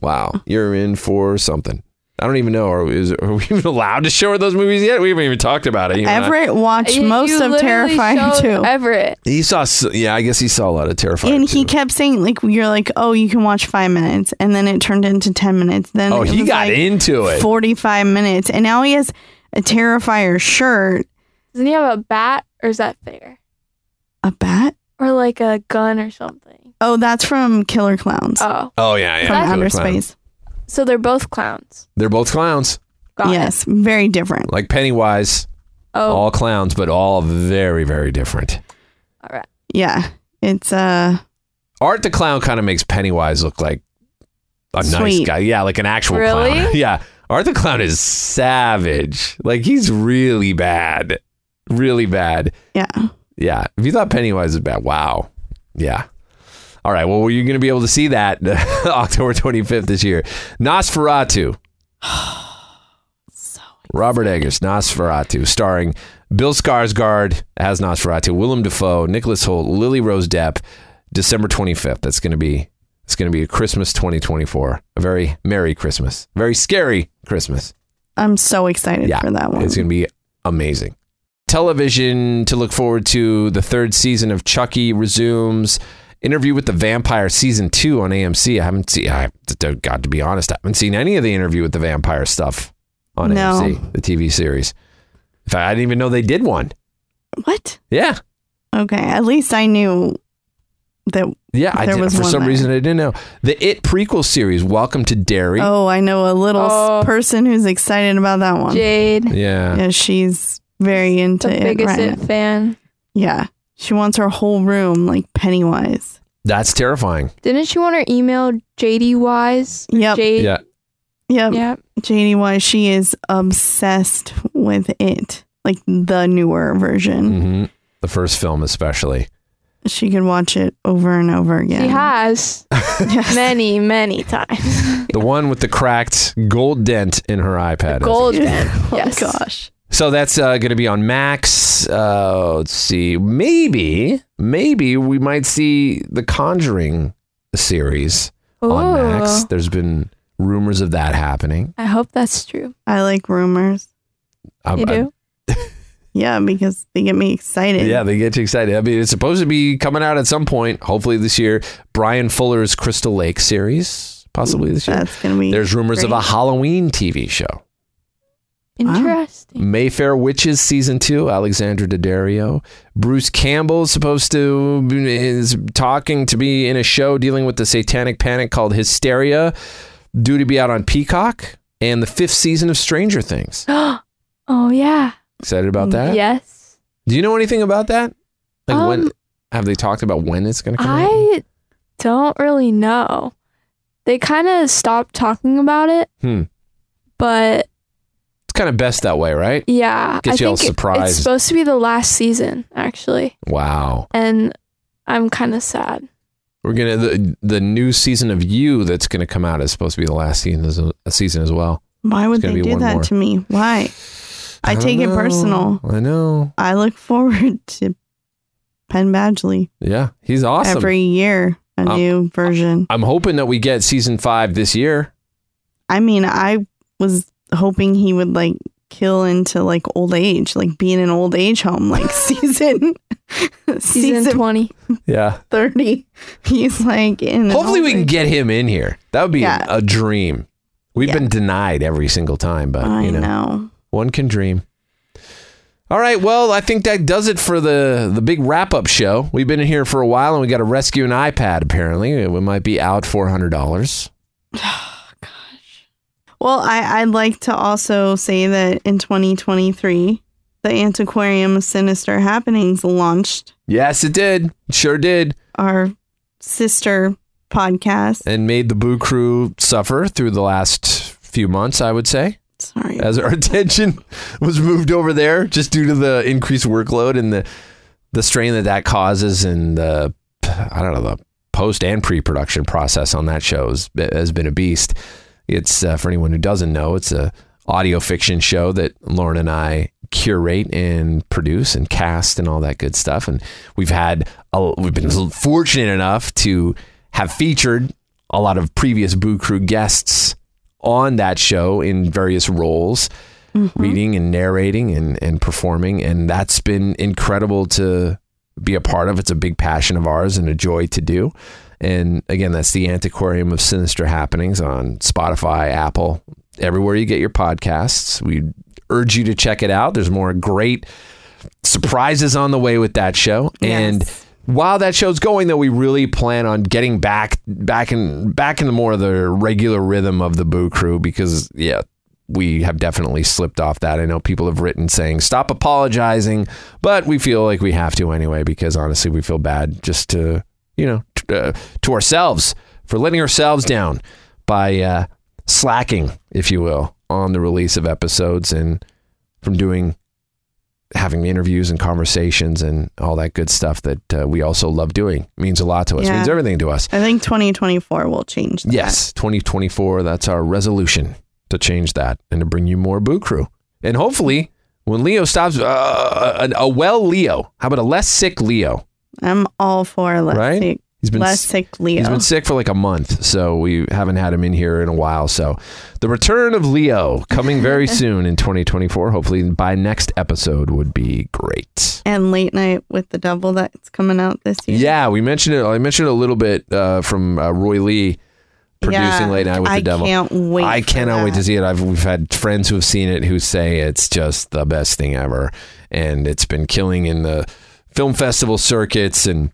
Wow, you're in for something. I don't even know. Are, is, are we even allowed to show her those movies yet? We haven't even talked about it. you and I. Everett watched You- most you of literally Terrifier showed 2. Everett. He saw. s- Yeah, I guess he saw a lot of Terrifier. and he too. kept saying, like, you're like, oh, you can watch five minutes. And then it turned into 10 minutes. Then Oh, it he was, got like, into it. 45 minutes. And now he has a Terrifier shirt, Doesn't he have a bat or is that fair? a bat. Or like a gun or something? Oh, that's from Killer Clowns Oh. oh yeah, yeah. from Killer Outer Clown. Space. So they're both clowns. They're both clowns, Got it. yes, very different. like Pennywise. Oh. All clowns, but all very, very different. all right. Yeah, it's uh, Art the clown kind of makes Pennywise look like a nice Sweet. guy. Yeah, like an actual clown. Really? Yeah. Art the clown is savage. Like he's really bad, really bad. yeah. Yeah. If you thought Pennywise was bad, wow. Yeah. All right. Well, were you going to be able to see that October 25th this year? Nosferatu. Robert Eggers, Nosferatu, starring Bill Skarsgård as Nosferatu, Willem Dafoe, Nicholas Holt, Lily Rose Depp, December 25th. That's going to be it's going to be a Christmas 2024, a very merry Christmas, very scary Christmas I'm so excited for that one. it's going to be amazing. Television to look forward to. The third season of Chucky resumes. Interview with the Vampire season two on AMC. I haven't seen. I got to be honest, I haven't seen any of the Interview with the Vampire stuff on No. AMC, the TV series. In fact, I didn't even know they did one. what? Yeah, Okay, at least I knew that. yeah. I There did, was for one some there. reason I didn't know the It prequel series. Welcome to Derry. Oh, I know a little s- Oh. person who's excited about that one. Jade. Yeah, Yeah, she's very into the it biggest right it now. fan. Yeah. She wants her whole room like Pennywise. That's terrifying. Didn't she want her email JD Wise? Yep. Um, Jade? Yeah. Yep. Yeah. JD Wise, she is obsessed with it. Like the newer version. hmm The first film, especially. She could watch it over and over again. She has Yes. many, many times. The one with the cracked gold dent in her iPad. I think. Gold band. oh Yes. gosh. So that's uh, going to be on Max. Uh, let's see. Maybe, maybe we might see the Conjuring series on Max. Oh, There's been rumors of that happening. I hope that's true. I like rumors. I- You I- do? Yeah, because they get me excited. yeah, they get you excited. I mean, it's supposed to be coming out at some point, hopefully this year. Brian Fuller's Crystal Lake series, possibly this year. That's gonna be There's rumors of a Halloween TV show. Wow. Interesting. Mayfair Witches season two, Alexandra Daddario. Bruce Campbell is supposed to is talking to be in a show dealing with the satanic panic called Hysteria, due to be out on Peacock, and the fifth season of Stranger Things. oh yeah. Excited about Mm, that? Yes. Do you know anything about that? Like when Um, have they talked about when it's going to come out? I don't really know. They kind of stopped talking about it, Hmm. but It's kind of best that way, right? yeah, Gets I you all think it- surprised. it's supposed to be the last season actually, Wow. and I'm kind of sad. We're gonna the, the new season of You that's gonna come out is supposed to be the last season as a season as well. Why would It's gonna they be do one that more. to me? Why? I don't take it know. personal. I know. I look forward to Penn Badgley Yeah, he's awesome. every year, a Um, new version. I'm hoping that we get season five this year. I mean, I was hoping he would like kill into like old age, like be in an old age home, like season season, Season, 20. Yeah. thirty. He's like in. an Hopefully, old we can age- get him in here. That would be Yeah. a dream. We've been denied every single time, but I you know, know. one can dream. All right. Well, I think that does it for the the big wrap up show. We've been in here for a while, and we got to rescue an iPad. Apparently, we might be out four hundred dollars. Well, I, I'd like to also say that in 2023, the Antiquarium of Sinister Happenings launched Yes, it did. It sure did. our sister podcast. And made the Boo Crew suffer through the last few months, I would say. Sorry. as our attention was moved over there just due to the increased workload and the the strain that that causes and the I don't know the post and pre-production process on that show has, has been a beast. It's uh, for anyone who doesn't know, it's a audio fiction show that Lauren and I curate and produce and cast and all that good stuff. And we've had a, we've been fortunate enough to have featured a lot of previous Boo Crew guests on that show in various roles, reading and narrating and, and performing. And that's been incredible to be a part of. It's a big passion of ours and a joy to do. And again, that's the Antiquarium of Sinister Happenings on Spotify, Apple, everywhere you get your podcasts. We urge you to check it out. There's more great surprises on the way with that show. And while that show's going, though, we really plan on getting back back in back into more of the regular rhythm of the Boo Crew because yeah, we have definitely slipped off that. I know people have written saying stop apologizing, but we feel like we have to anyway because honestly, we feel bad just to you know t- uh, to ourselves for letting ourselves down by uh, slacking, if you will, on the release of episodes and from doing having interviews and conversations and all that good stuff that uh, we also love doing It means a lot to us It Yeah. means everything to us I think 2024 will change. that. Yes, 2024. That's our resolution to change that and to bring you more Boo Crew. And hopefully, when Leo stops, uh, a, a well Leo. How about a less sick Leo? I'm all for less Right? sick, He's been less s- sick Leo. He's been sick for like a month, so we haven't had him in here in a while. So the return of Leo coming very soon in 2024. Hopefully, by next episode would be great. and late night with the devil that's coming out this year. Yeah, we mentioned it. I mentioned it a little bit uh, from uh, Roy Lee producing Yeah, Late Night with I the Devil. can't wait I for cannot wait that. to see it. I've we've had friends who have seen it who say it's just the best thing ever, and it's been killing in the film festival circuits and.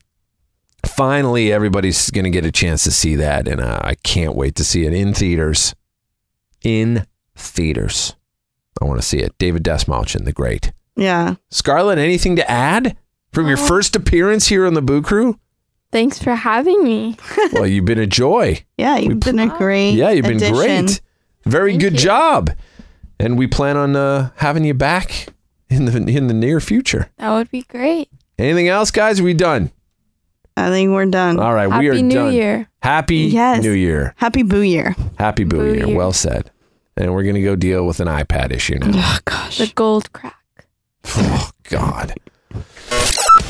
Finally, everybody's going to get a chance to see that, and uh, I can't wait to see it in theaters. In theaters, I want to see it. David Desmalchin, the great Yeah. Scarlett. Anything to add? From Oh. your first appearance here on the Boo Crew? Thanks for having me. Well, you've been a joy. Yeah, you've been a great. Yeah, you've been addition. great. Very good job. And we plan on uh, having you back in the in the near future. That would be great. Anything else, guys? We done. I think we're done. All right, we Happy are New done. Year. Happy Yes. New Year. Happy Boo Year. Happy Boo, Boo Year. Year. Well said. And we're gonna go deal with an iPad issue now. Oh gosh. The gold crack. oh God.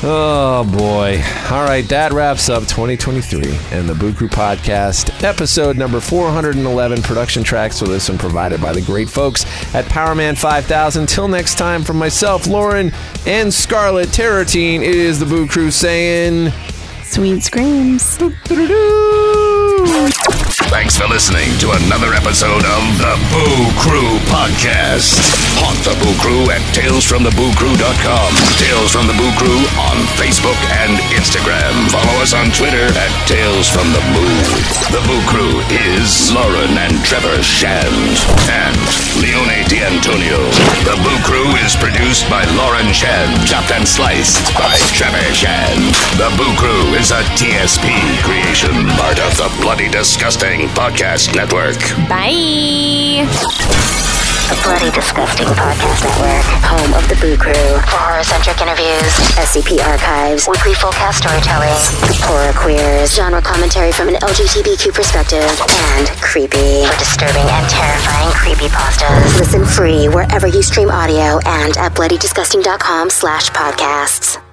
Oh boy. All right, that wraps up 2023 and the Boo Crew Podcast, episode number 411. Production tracks for this one provided by the great folks at Powerman 5000. Till next time, from myself, Lauren, and Scarlett Terratine, it is the Boo Crew saying. Sweet screams. Thanks for listening to another episode of the Boo Crew Podcast. Haunt the Boo Crew at talesfromthebooCrew.com. Tales from the Boo Crew on Facebook and Instagram. Follow us on Twitter at Tales from the Boo. The Boo Crew is Lauren and Trevor Shand and Leone D'Antonio. The Boo Crew is produced by Lauren Shand, chopped and sliced by Trevor Shand. The Boo Crew is a TSP creation, part of the Bloody Disgusting Podcast Network. Bye. The Bloody Disgusting Podcast Network, home of the Boo Crew, for horror-centric interviews, SCP archives, weekly full-cast storytelling, horror queers, genre commentary from an LGBTQ perspective, and creepy for disturbing and terrifying creepy pastas. Listen free wherever you stream audio and at bloodydisgusting.com slash podcasts.